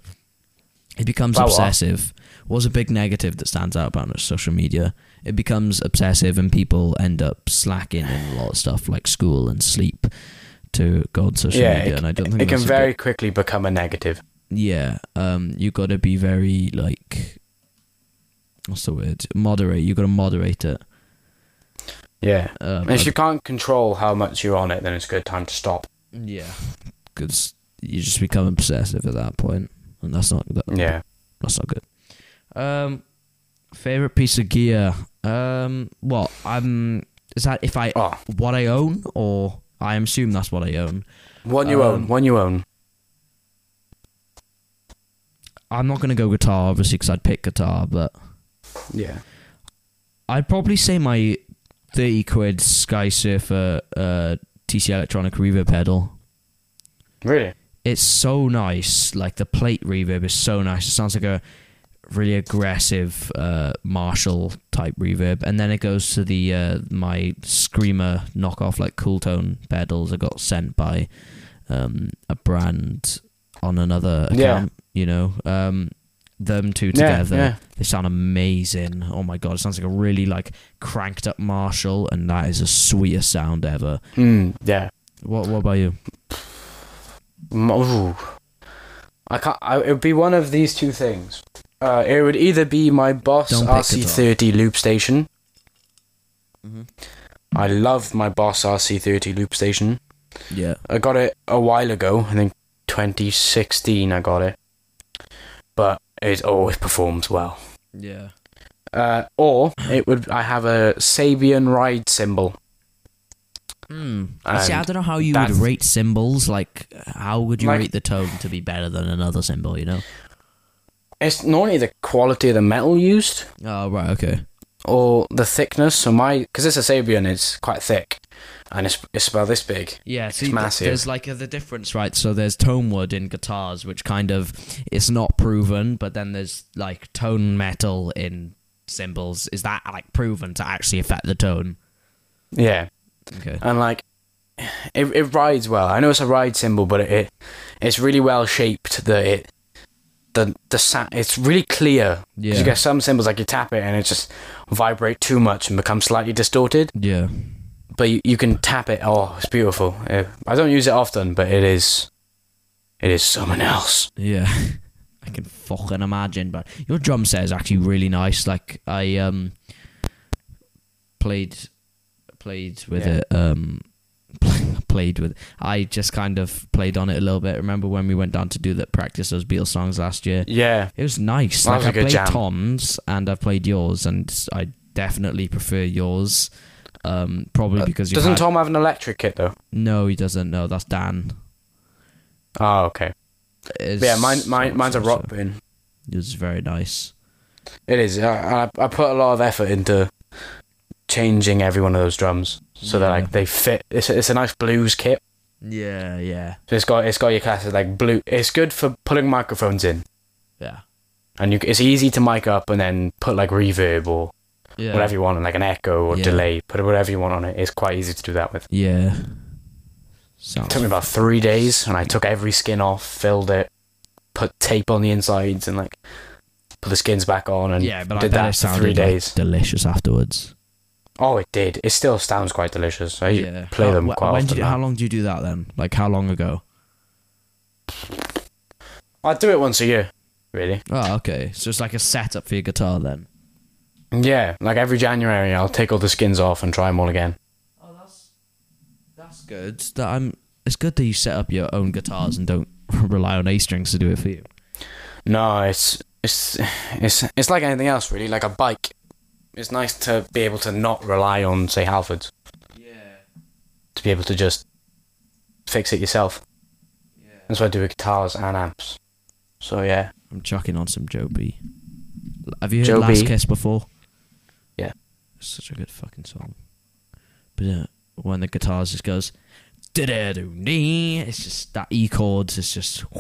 S1: It becomes
S3: About what?
S1: obsessive. What's a big negative that stands out about social media? It becomes obsessive, and people end up slacking in a lot of stuff like school and sleep to go on social
S3: Yeah.
S1: media.
S3: It,
S1: and I don't think
S3: it can
S1: that's a
S3: very quickly become a negative.
S1: good- yeah, um, you got to be very like what's the word? Moderate. You got to moderate it.
S3: Yeah.
S1: Um,
S3: And if you can't control how much you're on it, then it's a good time to stop.
S1: Yeah, because you just become obsessive at that point, and that's not that,
S3: Yeah.
S1: that's not good. Um, favorite piece of gear. Um, what um is that? If I
S3: Oh,
S1: what I own, or I assume that's what I own.
S3: one you own.
S1: Um,
S3: One you own.
S1: I'm not gonna go guitar, obviously, because I'd pick guitar, but
S3: Yeah.
S1: I'd probably say my thirty quid Sky Surfer uh, TC Electronic reverb pedal.
S3: Really.
S1: it's so nice. Like the plate reverb is so nice. It sounds like a really aggressive uh, Marshall type reverb, and then it goes to the uh, my Screamer knockoff like Cool Tone pedals. I got sent by um, a brand on another
S3: Yeah.
S1: account. You know, um, them two
S3: Yeah,
S1: together.
S3: yeah.
S1: They sound amazing. Oh my god, it sounds like a really like cranked up Marshall, and that is the sweetest sound ever.
S3: Mm, yeah.
S1: What What about you?
S3: Mm, ooh. I can't. I, it would be one of these two things. Uh, it would either be my Boss
S1: Don't pick
S3: RC30 Loop Station.
S1: Mm-hmm.
S3: I love my Boss RC30 Loop Station.
S1: Yeah,
S3: I got it a while ago. I think 2016 I got it, but it always performs well.
S1: yeah.
S3: Uh, or it would. I have a Sabian ride symbol.
S1: Mm. See, I
S3: Hmm. And
S1: don't know how you would
S3: that's-
S1: rate symbols. Like, how would you
S3: Like-
S1: rate the tone to be better than another symbol? You know?
S3: It's normally the quality of the metal used.
S1: Oh, right. Okay.
S3: or the thickness. So my, because it's a Sabian, it's quite thick, and it's it's about this big.
S1: Yeah. See, th-
S3: massive.
S1: there's like a, the difference, right? So there's tone wood in guitars, which kind of it's not proven, but then there's like tone metal in cymbals. Is that like proven to actually affect the tone?
S3: Yeah,
S1: Okay.
S3: and like, it it rides well. I know it's a ride symbol, but it, it it's really well shaped. That it the the sound it's really clear. 'Cause
S1: Yeah.
S3: You get some symbols like you tap it and it just vibrate too much and becomes slightly distorted.
S1: Yeah.
S3: But you, you can tap it. Oh, it's beautiful. Uh, I don't use it often, but it is. It is someone else.
S1: Yeah. I can fucking imagine, but your drum set is actually really nice. Like I um played played with
S3: Yeah.
S1: it um played with I just kind of played on it a little bit. Remember when we went down to do that practice those Beatles songs last year?
S3: Yeah.
S1: It was nice.
S3: That
S1: like
S3: was a
S1: I
S3: good
S1: played
S3: jam.
S1: Tom's and I've played yours and I definitely prefer yours. Um probably because you
S3: Uh, Doesn't
S1: had-
S3: Tom have an electric kit though?
S1: No, he doesn't. No, that's Dan.
S3: Oh, okay.
S1: It's-
S3: yeah, mine, mine, mine's a rock bin.
S1: It's very nice.
S3: It is. I, I I put a lot of effort into changing every one of those drums so that
S1: Yeah.
S3: like they fit. It's a, it's a nice blues kit.
S1: Yeah, yeah.
S3: So it's got it's got your classic like blue. It's good for pulling microphones in,
S1: Yeah.
S3: and you, it's easy to mic up and then put like reverb or
S1: Yeah.
S3: whatever you want, and like an echo or
S1: Yeah.
S3: delay. Put whatever you want on it. It's quite easy to do that with.
S1: Yeah.
S3: It
S1: Sounds
S3: took me about three days, and I took every skin off, filled it, put tape on the insides, and like put the skins back on, and
S1: yeah, but I
S3: did
S1: bet
S3: that
S1: it
S3: for
S1: sounded
S3: three
S1: like,
S3: days.
S1: delicious afterwards.
S3: Oh, it did. It still sounds quite delicious. I play
S1: How-
S3: them
S1: wh-
S3: quite
S1: when
S3: often.
S1: did you-
S3: now.
S1: how long do you do that then? Like how long ago?
S3: I do it once a year, really.
S1: Oh, okay. So it's like a setup for your guitar then.
S3: Yeah, like every January, I'll take all the skins off and try them all again.
S1: Oh, that's that's good. That I'm. It's good that you set up your own guitars and don't rely on A strings to do it for you.
S3: No, it's it's it's it's like anything else, really. Like a bike, it's nice to be able to not rely on, say, Halfords,
S1: Yeah.
S3: to be able to just fix it yourself. That's what I do with guitars and amps. So yeah,
S1: I'm chucking on some Joe B. Have you heard
S3: Joe
S1: Last
S3: B?
S1: Kiss before?
S3: Yeah.
S1: Such a good fucking song. But yeah, when the guitar just goes, "Da-da-do-dee," it's just that E chords. It's just.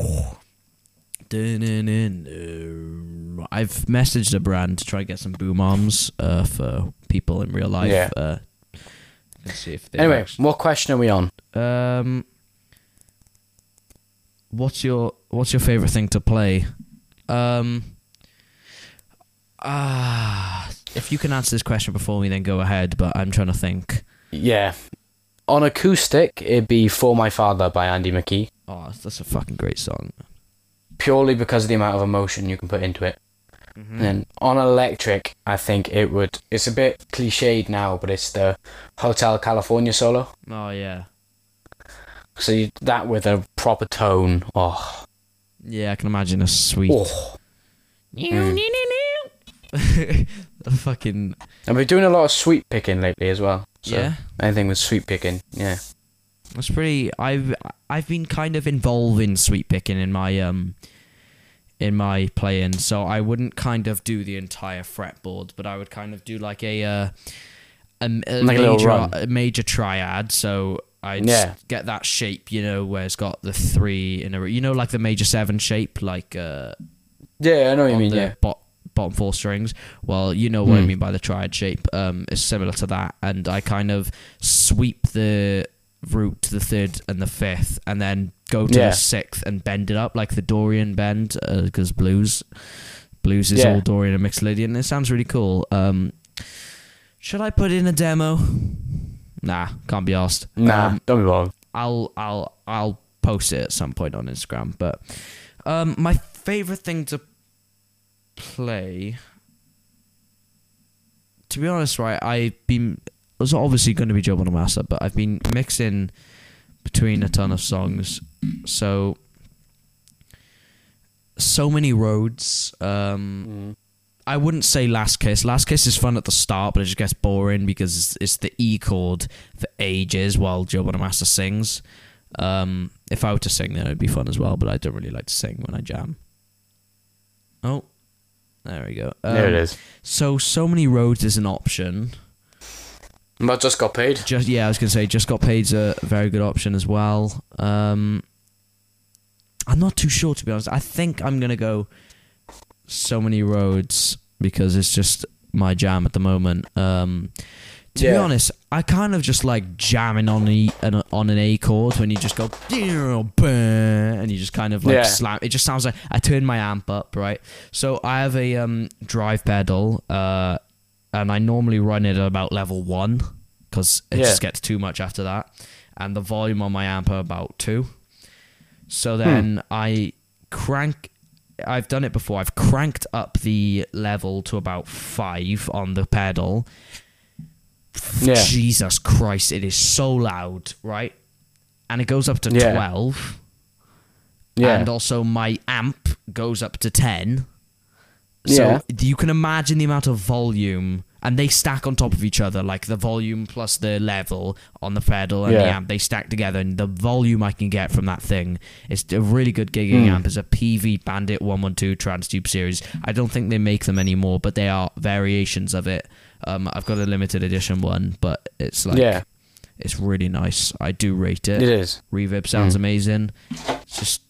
S1: Du-nu-nu-nu. I've messaged a brand to try and get some boom arms uh, for people in real life.
S3: Yeah.
S1: Uh, let's see if they
S3: Anyway, what question are we on?
S1: Um, what's your what's your favorite thing to play? Um, ah, if you can answer this question before me, then go ahead. But I'm trying to think.
S3: Yeah. On acoustic, it'd be For My Father by Andy McKee,
S1: Oh, that's a fucking great song.
S3: purely because of the amount of emotion you can put into it. And then on electric, I think it would. It's a bit cliched now, but it's the Hotel California solo.
S1: Oh yeah,
S3: So you, that with a proper tone. Oh.
S1: yeah. I can imagine a sweet.
S3: oh.
S1: a fucking
S3: And we're doing a lot of sweet picking lately as well. So
S1: yeah.
S3: Anything with sweet picking, yeah.
S1: That's pretty. I've I've been kind of involved in sweet picking in my um in my playing, so I wouldn't kind of do the entire fretboard, but I would kind of do like a uh, a, m- a
S3: Like a little
S1: major
S3: run.
S1: a major triad. So I'd
S3: Yeah.
S1: s- get that shape, you know, where it's got the three in a row. you know, like the major seven shape, like uh,
S3: Yeah, I know what you
S1: on
S3: mean,
S1: the
S3: yeah. Hmm.
S1: bot- bottom four strings. Well, you know what I mean by the triad shape. Um, it's similar to that, and I kind of sweep the root to the third and the fifth, and then go to
S3: Yeah.
S1: the sixth and bend it up like the Dorian bend, because blues, blues is
S3: Yeah.
S1: all Dorian and Mixolydian. It sounds really cool. Um, should I put in a demo? Nah, can't be asked. Um,
S3: Nah, don't be bothered.
S1: I'll I'll I'll post it at some point on Instagram. But um, my favorite thing to play, to be honest, right? I've been it's obviously going to be Joe Bonamassa, but I've been mixing between a ton of songs, so so many roads. Um,
S3: Mm.
S1: I wouldn't say Last Kiss. Last Kiss is fun at the start, but it just gets boring because it's, it's the E chord for ages while Joe Bonamassa sings. Um, if I were to sing, then it'd be fun as well, but I don't really like to sing when I jam. Oh, there we go. Um,
S3: there it is.
S1: So, So Many Roads is an option.
S3: But just got paid.
S1: Just Yeah, I was going to say, Just Got Paid's a very good option as well. Um, I'm not too sure, to be honest. I think I'm going to go so many roads because it's just my jam at the moment. Um, to be
S3: Yeah.
S1: honest, I kind of just like jamming on the an, on an A chord when you just go and you just kind of like
S3: Yeah.
S1: slam. It just sounds like I turn my amp up, right? So I have a um, drive pedal, uh, and I normally run it at about level one because it
S3: Yeah.
S1: just gets too much after that, and the volume on my amp are about two.
S3: Hmm.
S1: So then I crank. I've done it before. I've cranked up the level to about five on the pedal.
S3: Yeah.
S1: Jesus Christ, it is so loud, right? And it goes up to
S3: Yeah.
S1: 12.
S3: Yeah.
S1: And also my amp goes up to 10.
S3: Yeah.
S1: So you can imagine the amount of volume. And they stack on top of each other, like the volume plus the level on the pedal and the
S3: Yeah.
S1: amp. They stack together, and the volume I can get from that thing is a really good gigging
S3: Hmm.
S1: amp. It's a PV Bandit 112 Trans Tube series. I don't think they make them anymore, but they are variations of it. Um, I've got a limited edition one, but it's like
S3: Yeah.
S1: it's really nice. I do rate it.
S3: It is.
S1: Reverb sounds
S3: Mm.
S1: amazing. It's just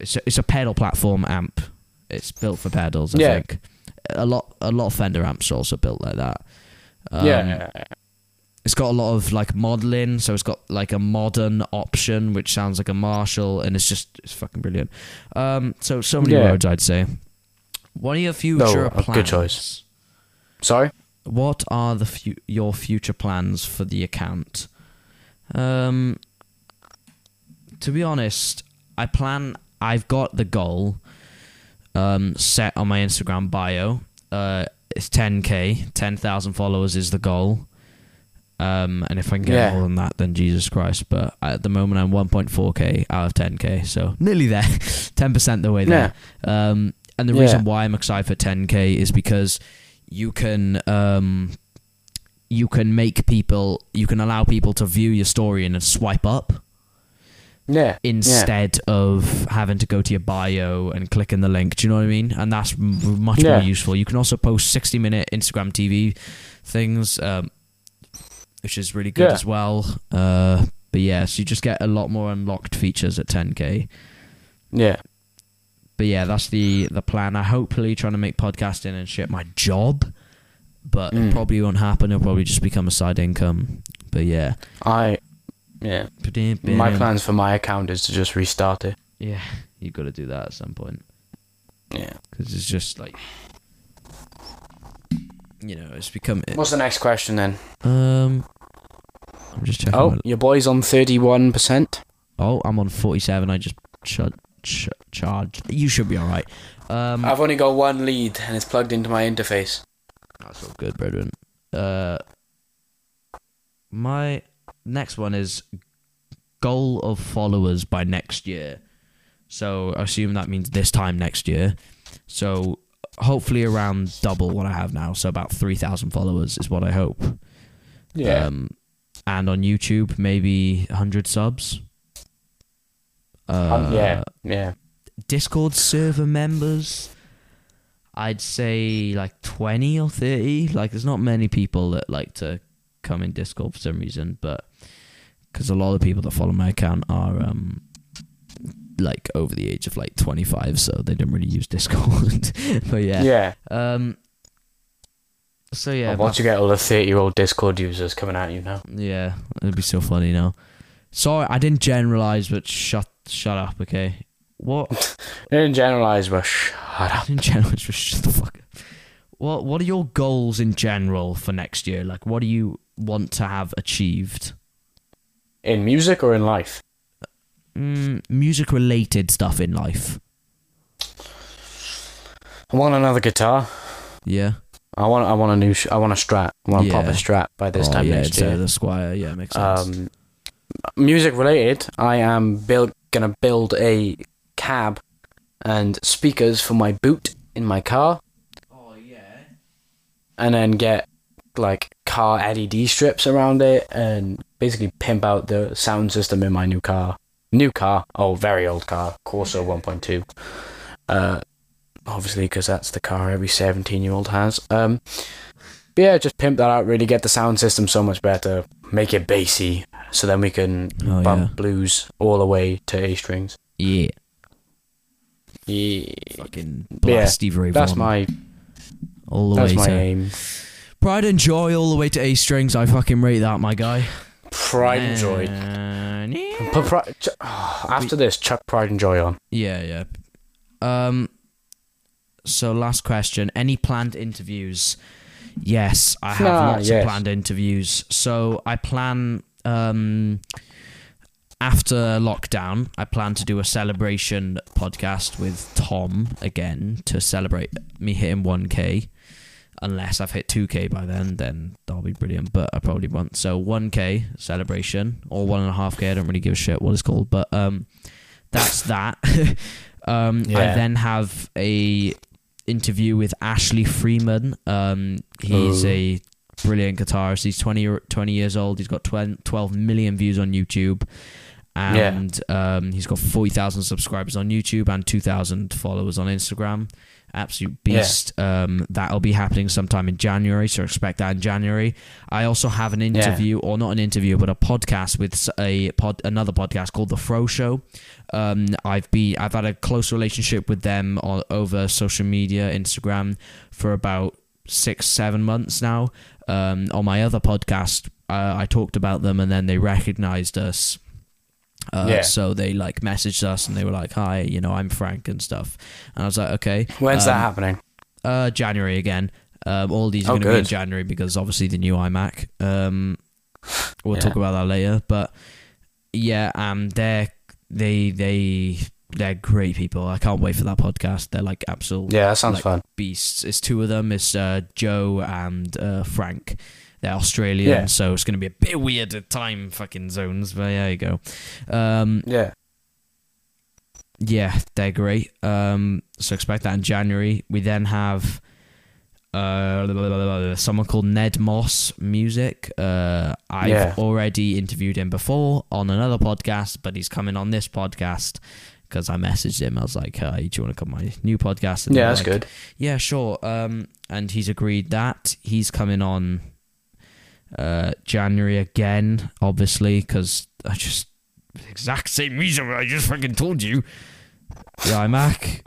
S1: it's a, it's a pedal platform amp. It's built for pedals. I
S3: Yeah.
S1: think a lot a lot of Fender amps are also built like that. Um,
S3: yeah.
S1: it's got a lot of like modeling, so it's got like a modern option which sounds like a Marshall, and it's just it's fucking brilliant. Um, so so many
S3: Yeah.
S1: roads I'd say. What are your future
S3: a good
S1: plans?
S3: choice. Sorry?
S1: What are the fu- your future plans for the account? Um, to be honest, I plan. I've got the goal um, set on my Instagram bio. Uh, it's 10k, 10,000 followers is the goal. Um, and if I can get
S3: Yeah.
S1: more than that, then Jesus Christ. But at the moment, I'm 1.4k out of 10k, so nearly there, 10% the way there. Um, and the
S3: Yeah.
S1: reason why I'm excited for 10k is because you can um, you can make people you can allow people to view your story and then swipe up
S3: Yeah.
S1: instead of having to go to your bio and clicking the link. Do you know what I mean? And that's m- much
S3: Yeah.
S1: more useful. You can also post 60 minute Instagram TV things, um, which is really good
S3: Yeah.
S1: as well. Uh, but yeah, so you just get a lot more unlocked features at 10k.
S3: Yeah.
S1: But yeah, that's the the plan. I hopefully trying to make podcasting and shit my job, but it
S3: Mm.
S1: probably won't happen. It'll probably just become a side income. But yeah,
S3: I. Yeah. My plans for my account is to just restart it.
S1: Yeah, you got to do that at some point.
S3: Yeah.
S1: because it's just like you know it's become
S3: What's the next question then?
S1: um i'm just checking
S3: Oh,
S1: my-
S3: your boy's on thirty-one percent.
S1: oh i'm on 47 i just ch- ch- charged you should be all right um
S3: Mm. I've only got one lead, and it's plugged into my interface.
S1: that's all good brethren uh my next one is goal of followers by next year so i assume that means this time next year so hopefully around double what i have now so about 3000 followers is what i hope Um, and on YouTube, maybe 100 subs. Uh,
S3: Um, yeah. Yeah.
S1: Discord server members, I'd say like 20 or 30. Like, there's not many people that like to come in Discord for some reason, but because a lot of people that follow my account are um like over the age of like 25, so they don't really use Discord. but yeah.
S3: Yeah.
S1: Um. So yeah,
S3: Well,
S1: that's-
S3: once you get all the thirty-year-old Discord users coming at you now.
S1: yeah, it'd be so funny now. Sorry, I didn't generalize, but shut shut up, okay? What?
S3: In generalize, but shut
S1: I
S3: up.
S1: didn't generalize, but shut the fuck up. What What are your goals in general for next year? Like, what do you want to have achieved?
S3: In music or in life?
S1: Mm, music related stuff in life.
S3: I want another guitar.
S1: Yeah.
S3: I want. I want a new. Sh- I want a strat. I want a proper
S1: Yeah.
S3: strat by this
S1: Oh,
S3: time
S1: yeah,
S3: next
S1: it's, uh,
S3: year.
S1: the Squire. Yeah, makes sense.
S3: Um, music related. I am build gonna build a cab and speakers for my boot in my car,
S1: oh yeah.
S3: and then get like car LED strips around it, and basically pimp out the sound system in my new car. New car. Oh, very old car. Corsa 1.2. Uh, obviously, because that's the car every 17 year old has. Um, but yeah, just pimp that out, really get the sound system so much better, make it bassy, so then we can
S1: Oh
S3: bump blues all the way to A strings.
S1: yeah. Yeah.
S3: Yeah,
S1: Fucking blast Stevie Ray
S3: that's
S1: Vaughan
S3: my
S1: all the
S3: that's
S1: way
S3: my
S1: to
S3: aim.
S1: Pride and Joy all the way to A strings. I fucking rate that, my guy. Uh,
S3: Pride and joy.
S1: Man, yeah.
S3: Put Pri- Ch- oh, after this, chuck pride and joy on.
S1: Yeah, yeah. Um. So last question: Any planned interviews? Yes, I have
S3: Ah,
S1: lots
S3: yes.
S1: of planned interviews. So I plan um after lockdown, I plan to do a celebration podcast with Tom again to celebrate me hitting one k. Unless I've hit two k by then, then that'll be brilliant. But I probably won't. So one k celebration or one and a half k. I don't really give a shit what it's called, but um, that's that. um, I
S3: Yeah.
S1: then have a interview with Ashley Freeman. Um, he's
S3: Oh.
S1: a brilliant guitarist. He's 20, year- 20 years old. He's got 12, 12 million views on YouTube. And um, he's got 40,000 subscribers on YouTube and 2,000 followers on Instagram. Absolute
S3: Yeah.
S1: beast. Um, that'll be happening sometime in January, so expect that in January. I also have an interview, or not an interview, but a podcast with s- a pod, another podcast called The Fro Show. Um, I've been, I've had a close relationship with them on, over social media, Instagram, for about six, seven months now. Um, on my other podcast, uh, I talked about them, and then they recognized us. Uh,
S3: Yeah.
S1: So they like messaged us and they were like, "Hi, you know, I'm Frank and stuff," and I was like, "Okay."
S3: When's
S1: Um,
S3: that happening?
S1: uh, January again. Um, all these are
S3: Oh,
S1: going to be in
S3: good.
S1: January because obviously the new iMac. Um, we'll
S3: Yeah.
S1: talk about that later, but yeah, um, they're they they they're great people. I can't wait for that podcast. They're like absolute
S3: Yeah, that sounds
S1: like-
S3: fun.
S1: beasts. It's two of them. It's uh, Joe and uh, Frank. They're Australian,
S3: Yeah.
S1: so it's going to be a bit weird at time fucking zones. But there you go. Um,
S3: Yeah.
S1: yeah, they're great. Um, so expect that in January. We then have uh, uh, blah, blah, blah, blah, someone called Ned Moss Music. Uh, I've
S3: Yeah.
S1: already interviewed him before on another podcast, but he's coming on this podcast because I messaged him. I was like, hey, do you want to come on my new podcast? And they
S3: Yeah,
S1: were
S3: that's
S1: like,
S3: good.
S1: Yeah, sure. Um, and he's agreed that he's coming on uh, January again, obviously, because I just exact same reason I just fucking told you. Yeah, I'm Mac.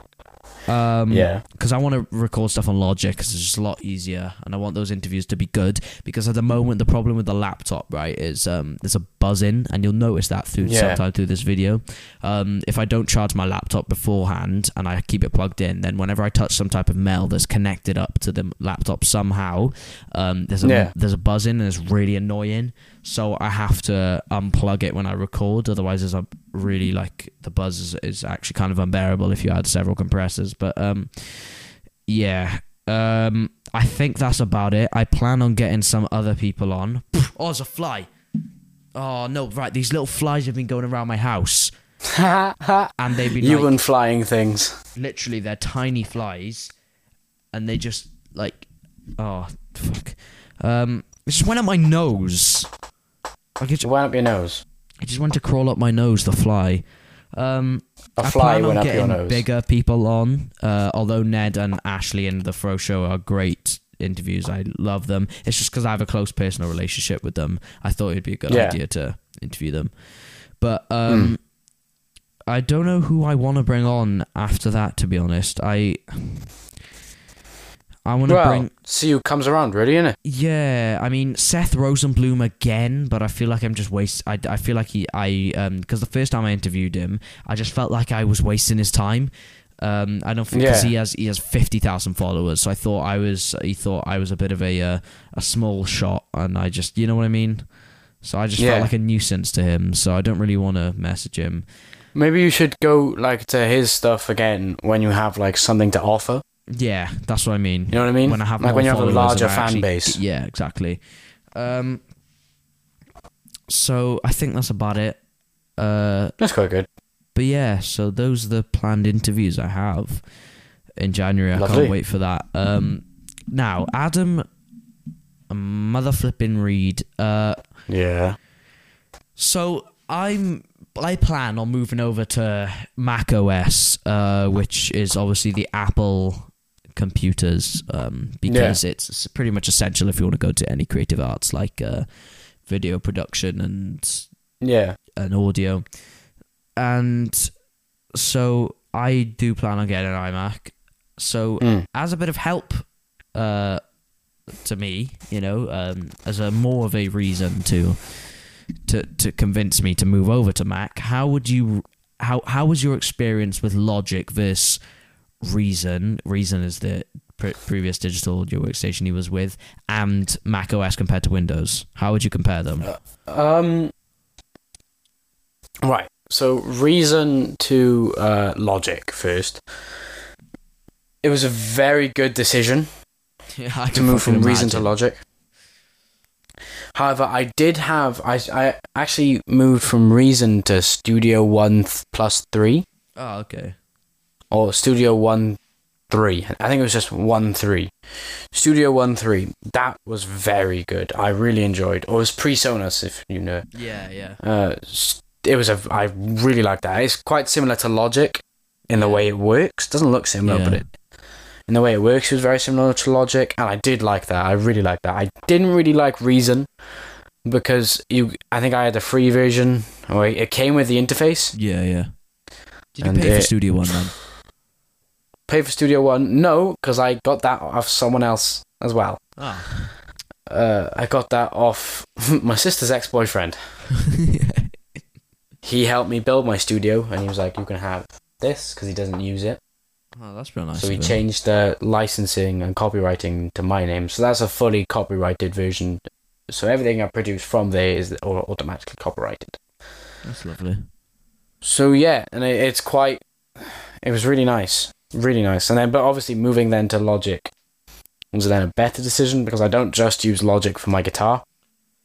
S1: Um,
S3: Yeah.
S1: because I want to record stuff on Logic because it's just a lot easier, and I want those interviews to be good. Because at the moment, the problem with the laptop, right, is um, there's a buzzing, and you'll notice that through
S3: Yeah.
S1: sometime through this video. Um, if I don't charge my laptop beforehand and I keep it plugged in, then whenever I touch some type of mail that's connected up to the laptop somehow, um, there's a
S3: Yeah.
S1: there's a buzzing and it's really annoying. So I have to unplug it when I record, otherwise there's a really like the buzz is, is actually kind of unbearable if you add several compressors. But um, yeah. Um, I think that's about it. I plan on getting some other people on. Oh, there's a fly. Oh no! Right, these little flies have been going around my house, and they've been
S3: You
S1: like,
S3: and flying things.
S1: literally they're tiny flies, and they just like, oh fuck, um, it just went up my nose. Like it,
S3: It went up your nose.
S1: it just went to crawl up my nose. The fly. Um,
S3: A
S1: I
S3: fly
S1: plan on
S3: went up your
S1: getting
S3: nose.
S1: Bigger people on. Uh, although Ned and Ashley and the Fro Show are great interviews, I love them. It's just because I have a close personal relationship with them. I thought it'd be a good
S3: Yeah. Hmm.
S1: idea to interview them, but um, I don't know who I want to bring on after that. To be honest, I I want to
S3: Well,
S1: bring
S3: see who comes around, really, innit?
S1: yeah, I mean Seth Rosenblum again, but I feel like I'm just waste. I, I feel like he I um because the first time I interviewed him, I just felt like I was wasting his time. Um, I don't think because
S3: Yeah.
S1: he has he has fifty thousand followers, so I thought I was he thought I was a bit of a uh, a small shot, and I just you know what I mean. So I just
S3: Yeah.
S1: felt like a nuisance to him. So I don't really want to message him.
S3: Maybe you should go like to his stuff again when you have like something to offer.
S1: Yeah, that's what I mean.
S3: You know what I mean?
S1: When I have
S3: like
S1: more
S3: when you have a
S1: followers
S3: larger
S1: and I
S3: fan
S1: actually-
S3: base.
S1: Yeah, exactly. Um, so I think that's about it. Uh,
S3: That's quite good.
S1: but yeah, so those are the planned interviews I have in January. I
S3: Lovely.
S1: can't wait for that. Um, now Adam, mother flipping Reed. Uh,
S3: Yeah.
S1: so I'm I plan on moving over to Mac OS, uh, which is obviously the Apple computers, um, because it's, it's pretty much essential if you want to go to any creative arts like uh, video production and
S3: Yeah.
S1: and audio. And so I do plan on getting an iMac. So
S3: Mm.
S1: as a bit of help uh, to me, you know, um, as a more of a reason to to to convince me to move over to Mac, how would you how how was your experience with Logic versus Reason? Reason is the pre- previous digital audio workstation he was with, and Mac OS compared to Windows. How would you compare them?
S3: Um. Right. So reason to uh, logic first. It was a very good decision
S1: I
S3: to
S1: can
S3: move
S1: fucking
S3: from reason to
S1: imagine.
S3: logic. However, I did have I I actually moved from reason to Studio One th- plus three
S1: Oh, okay.
S3: or Studio One three. I think it was just one three. Studio One three. That was very good. I really enjoyed. Or it was pre Sonus if you know.
S1: Yeah, yeah.
S3: Uh, s- it was a I really like that. It's quite similar to Logic in the way it works. Doesn't look similar,
S1: Yeah.
S3: but it in the way it works it was very similar to Logic, and I did like that. I really liked that. I didn't really like Reason because you. I think I had the free version. Or it came with the interface.
S1: Yeah, yeah. Did you
S3: And
S1: pay for
S3: it-
S1: Studio One then?
S3: Pay for Studio One? No, because I got that off someone else as well.
S1: Ah.
S3: Uh, I got that off my sister's ex-boyfriend. He helped me build my studio, and he was like, "You can have this," because he doesn't use it.
S1: Oh, that's pretty nice.
S3: So we
S1: of him.
S3: changed the licensing and copywriting to my name. So that's a fully copyrighted version. So everything I produce from there is au- automatically copyrighted.
S1: That's lovely.
S3: So yeah, and it, it's quite. It was really nice, really nice. And then, but obviously, moving then to Logic was then a better decision because I don't just use Logic for my guitar.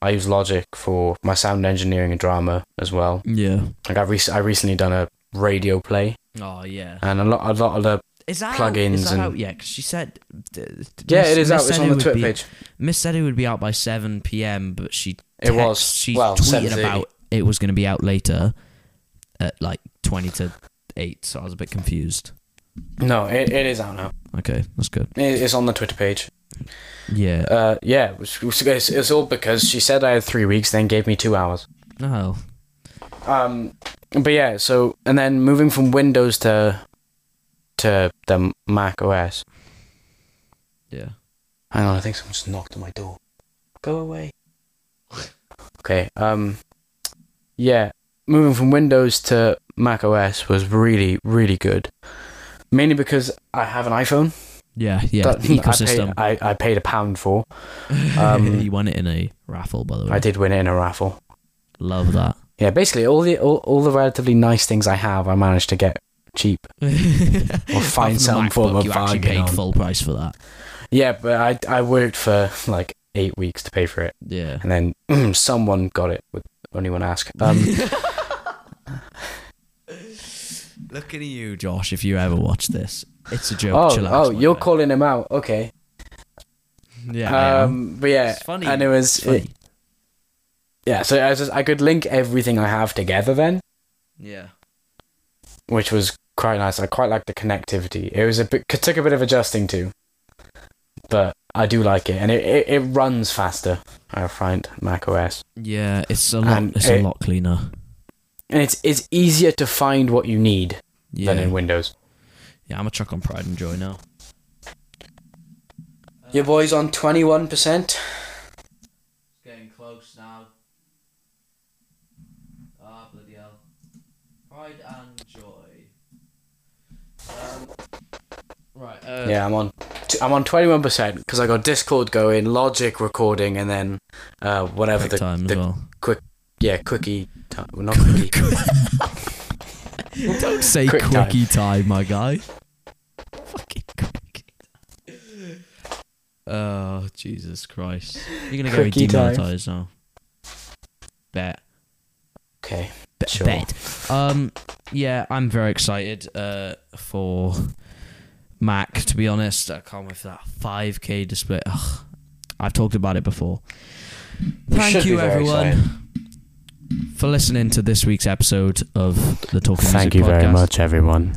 S3: I use Logic for my sound engineering and drama as well.
S1: Yeah.
S3: Like I've rec- I recently done a radio play,
S1: Oh yeah.
S3: and a lot, a lot of the
S1: Is that
S3: Uh, Plugins
S1: out? Is that
S3: and-
S1: out? Yeah, because she said. d- d-
S3: Yeah,
S1: Miss-
S3: it is out.
S1: Miss
S3: It's
S1: said
S3: on
S1: it
S3: the
S1: would
S3: Twitter
S1: be-
S3: page.
S1: Miss said it would be out by seven p.m., but she
S3: It was.
S1: text- she
S3: Well,
S1: tweeted
S3: 7:30.
S1: about it was going to be out later, at like twenty to eight. So I was a bit confused.
S3: No, it, it is out now.
S1: Okay, that's good.
S3: It, it's on the Twitter page.
S1: Yeah.
S3: Uh, yeah, it's, it's, it's all because she said I had three weeks, then gave me two hours.
S1: no.
S3: Um, but yeah, so and then moving from Windows to to the Mac OS.
S1: Yeah.
S3: Hang on, I think someone just knocked on my door. Go away. okay. Um. Yeah, moving from Windows to Mac OS was really, really good. Mainly because I have an iPhone
S1: Yeah. Yeah.
S3: that
S1: the ecosystem.
S3: I paid, I, I paid a pound for. Um,
S1: you won it in a raffle, by the way.
S3: I did win it in a raffle.
S1: Love that.
S3: Yeah, basically all the all, all the relatively nice things I have, I managed to get cheap.
S1: or
S3: find some form of
S1: you actually
S3: bargain
S1: paid
S3: on.
S1: full price for that.
S3: Yeah, but I I worked for like eight weeks to pay for it,
S1: Yeah.
S3: and then someone got it with only one ask. Um,
S1: Looking at you, Josh. If you ever watch this, it's a joke.
S3: oh,
S1: Chill out,
S3: oh,
S1: my
S3: you're
S1: guy.
S3: calling him out. Okay.
S1: Yeah. I am.
S3: Um, but yeah,
S1: It's funny.
S3: and it was
S1: It's funny.
S3: it- yeah. So I was just, I could link everything I have together then,
S1: yeah.
S3: which was quite nice. I quite liked the connectivity. It was a bit it took a bit of adjusting to, but I do like it, and it it, it runs faster. I find Mac OS,
S1: Yeah. It's a lot.
S3: And
S1: It's
S3: it-
S1: a lot cleaner.
S3: and it's it's easier to find what you need
S1: Yeah.
S3: than in Windows.
S1: Yeah. I'm a chuck on Pride and Joy now.
S3: Your boy's on twenty one percent.
S1: It's getting close now. Ah, bloody hell. Pride and Joy. Um, right, uh,
S3: Yeah, I'm on. t- I'm on twenty one percent because I got Discord going, Logic recording, and then uh, whatever
S1: quick
S3: the,
S1: time
S3: the
S1: as well.
S3: quick yeah quickie time. Well, not quickie.
S1: Don't say
S3: Quick time.
S1: quickie time. my guy. Fucking quickie. Oh, Jesus Christ. You're going to get
S3: Quickie time.
S1: demonetized now. Bet.
S3: okay,
S1: B-
S3: Sure.
S1: bet. Um, yeah, I'm very excited uh, for Mac. To be honest, I can't wait for that 5K display. Ugh, I've talked about it before. Thank
S3: should
S1: you,
S3: be very
S1: everyone,
S3: excited.
S1: for listening to this week's episode of the Talking Music Podcast.
S3: everyone.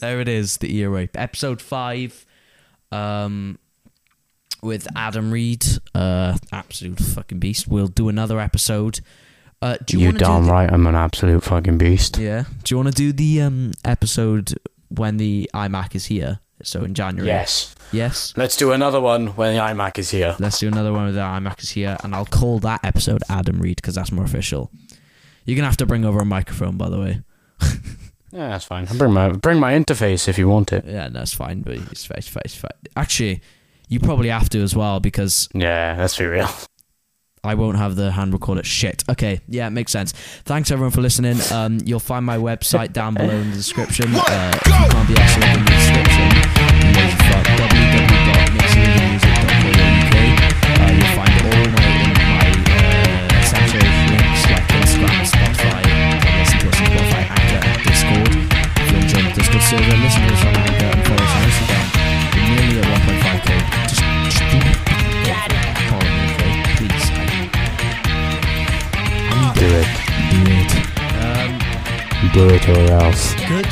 S1: there it is, the earrape. Episode five, um, with Adam Reed, uh, absolute fucking beast. We'll do another episode. Uh, do you, want to do the-
S3: right. I'm an absolute fucking beast.
S1: Yeah. Do you want to do the um episode when the iMac is here? So in January.
S3: Yes,
S1: Yes.
S3: let's do another one when the iMac is here.
S1: Let's do another one with the iMac is here, and I'll call that episode Adam Reed because that's more official. You're gonna have to bring over a microphone, by the way.
S3: Yeah, that's fine. Bring my bring my interface if you want it.
S1: Yeah, that's fine, but it's fine, it's fine, it's fine. Actually, you probably have to as well because
S3: Yeah, let's be real.
S1: I won't have the hand recorder. Shit. Okay, yeah, it makes sense. Thanks everyone for listening. Um, you'll find my website down below in the description. Uh, if you can't be actually in the description, you know, it's like www.mixlymusic.co.uk. Uh, you'll find all my, my uh, essential links like Instagram and Spotify. You can Listen to us on Spotify, Anchor, and Discord. If you enjoy the Discord server, listen to us on Anchor and follow us on Instagram. We're nearly at 1.5k. Just, just do it. Follow me, okay? Please. I
S3: Do it.
S1: um,
S3: Do it or else.
S1: good,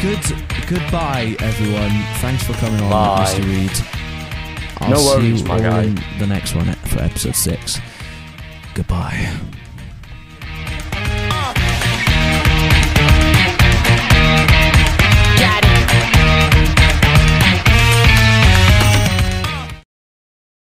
S1: good, goodbye, everyone. Thanks for coming on,
S3: Bye.
S1: Mr. Reed. I'll
S3: No
S1: see
S3: worries,
S1: you
S3: my
S1: all
S3: guy.
S1: in the next one for episode six. Goodbye.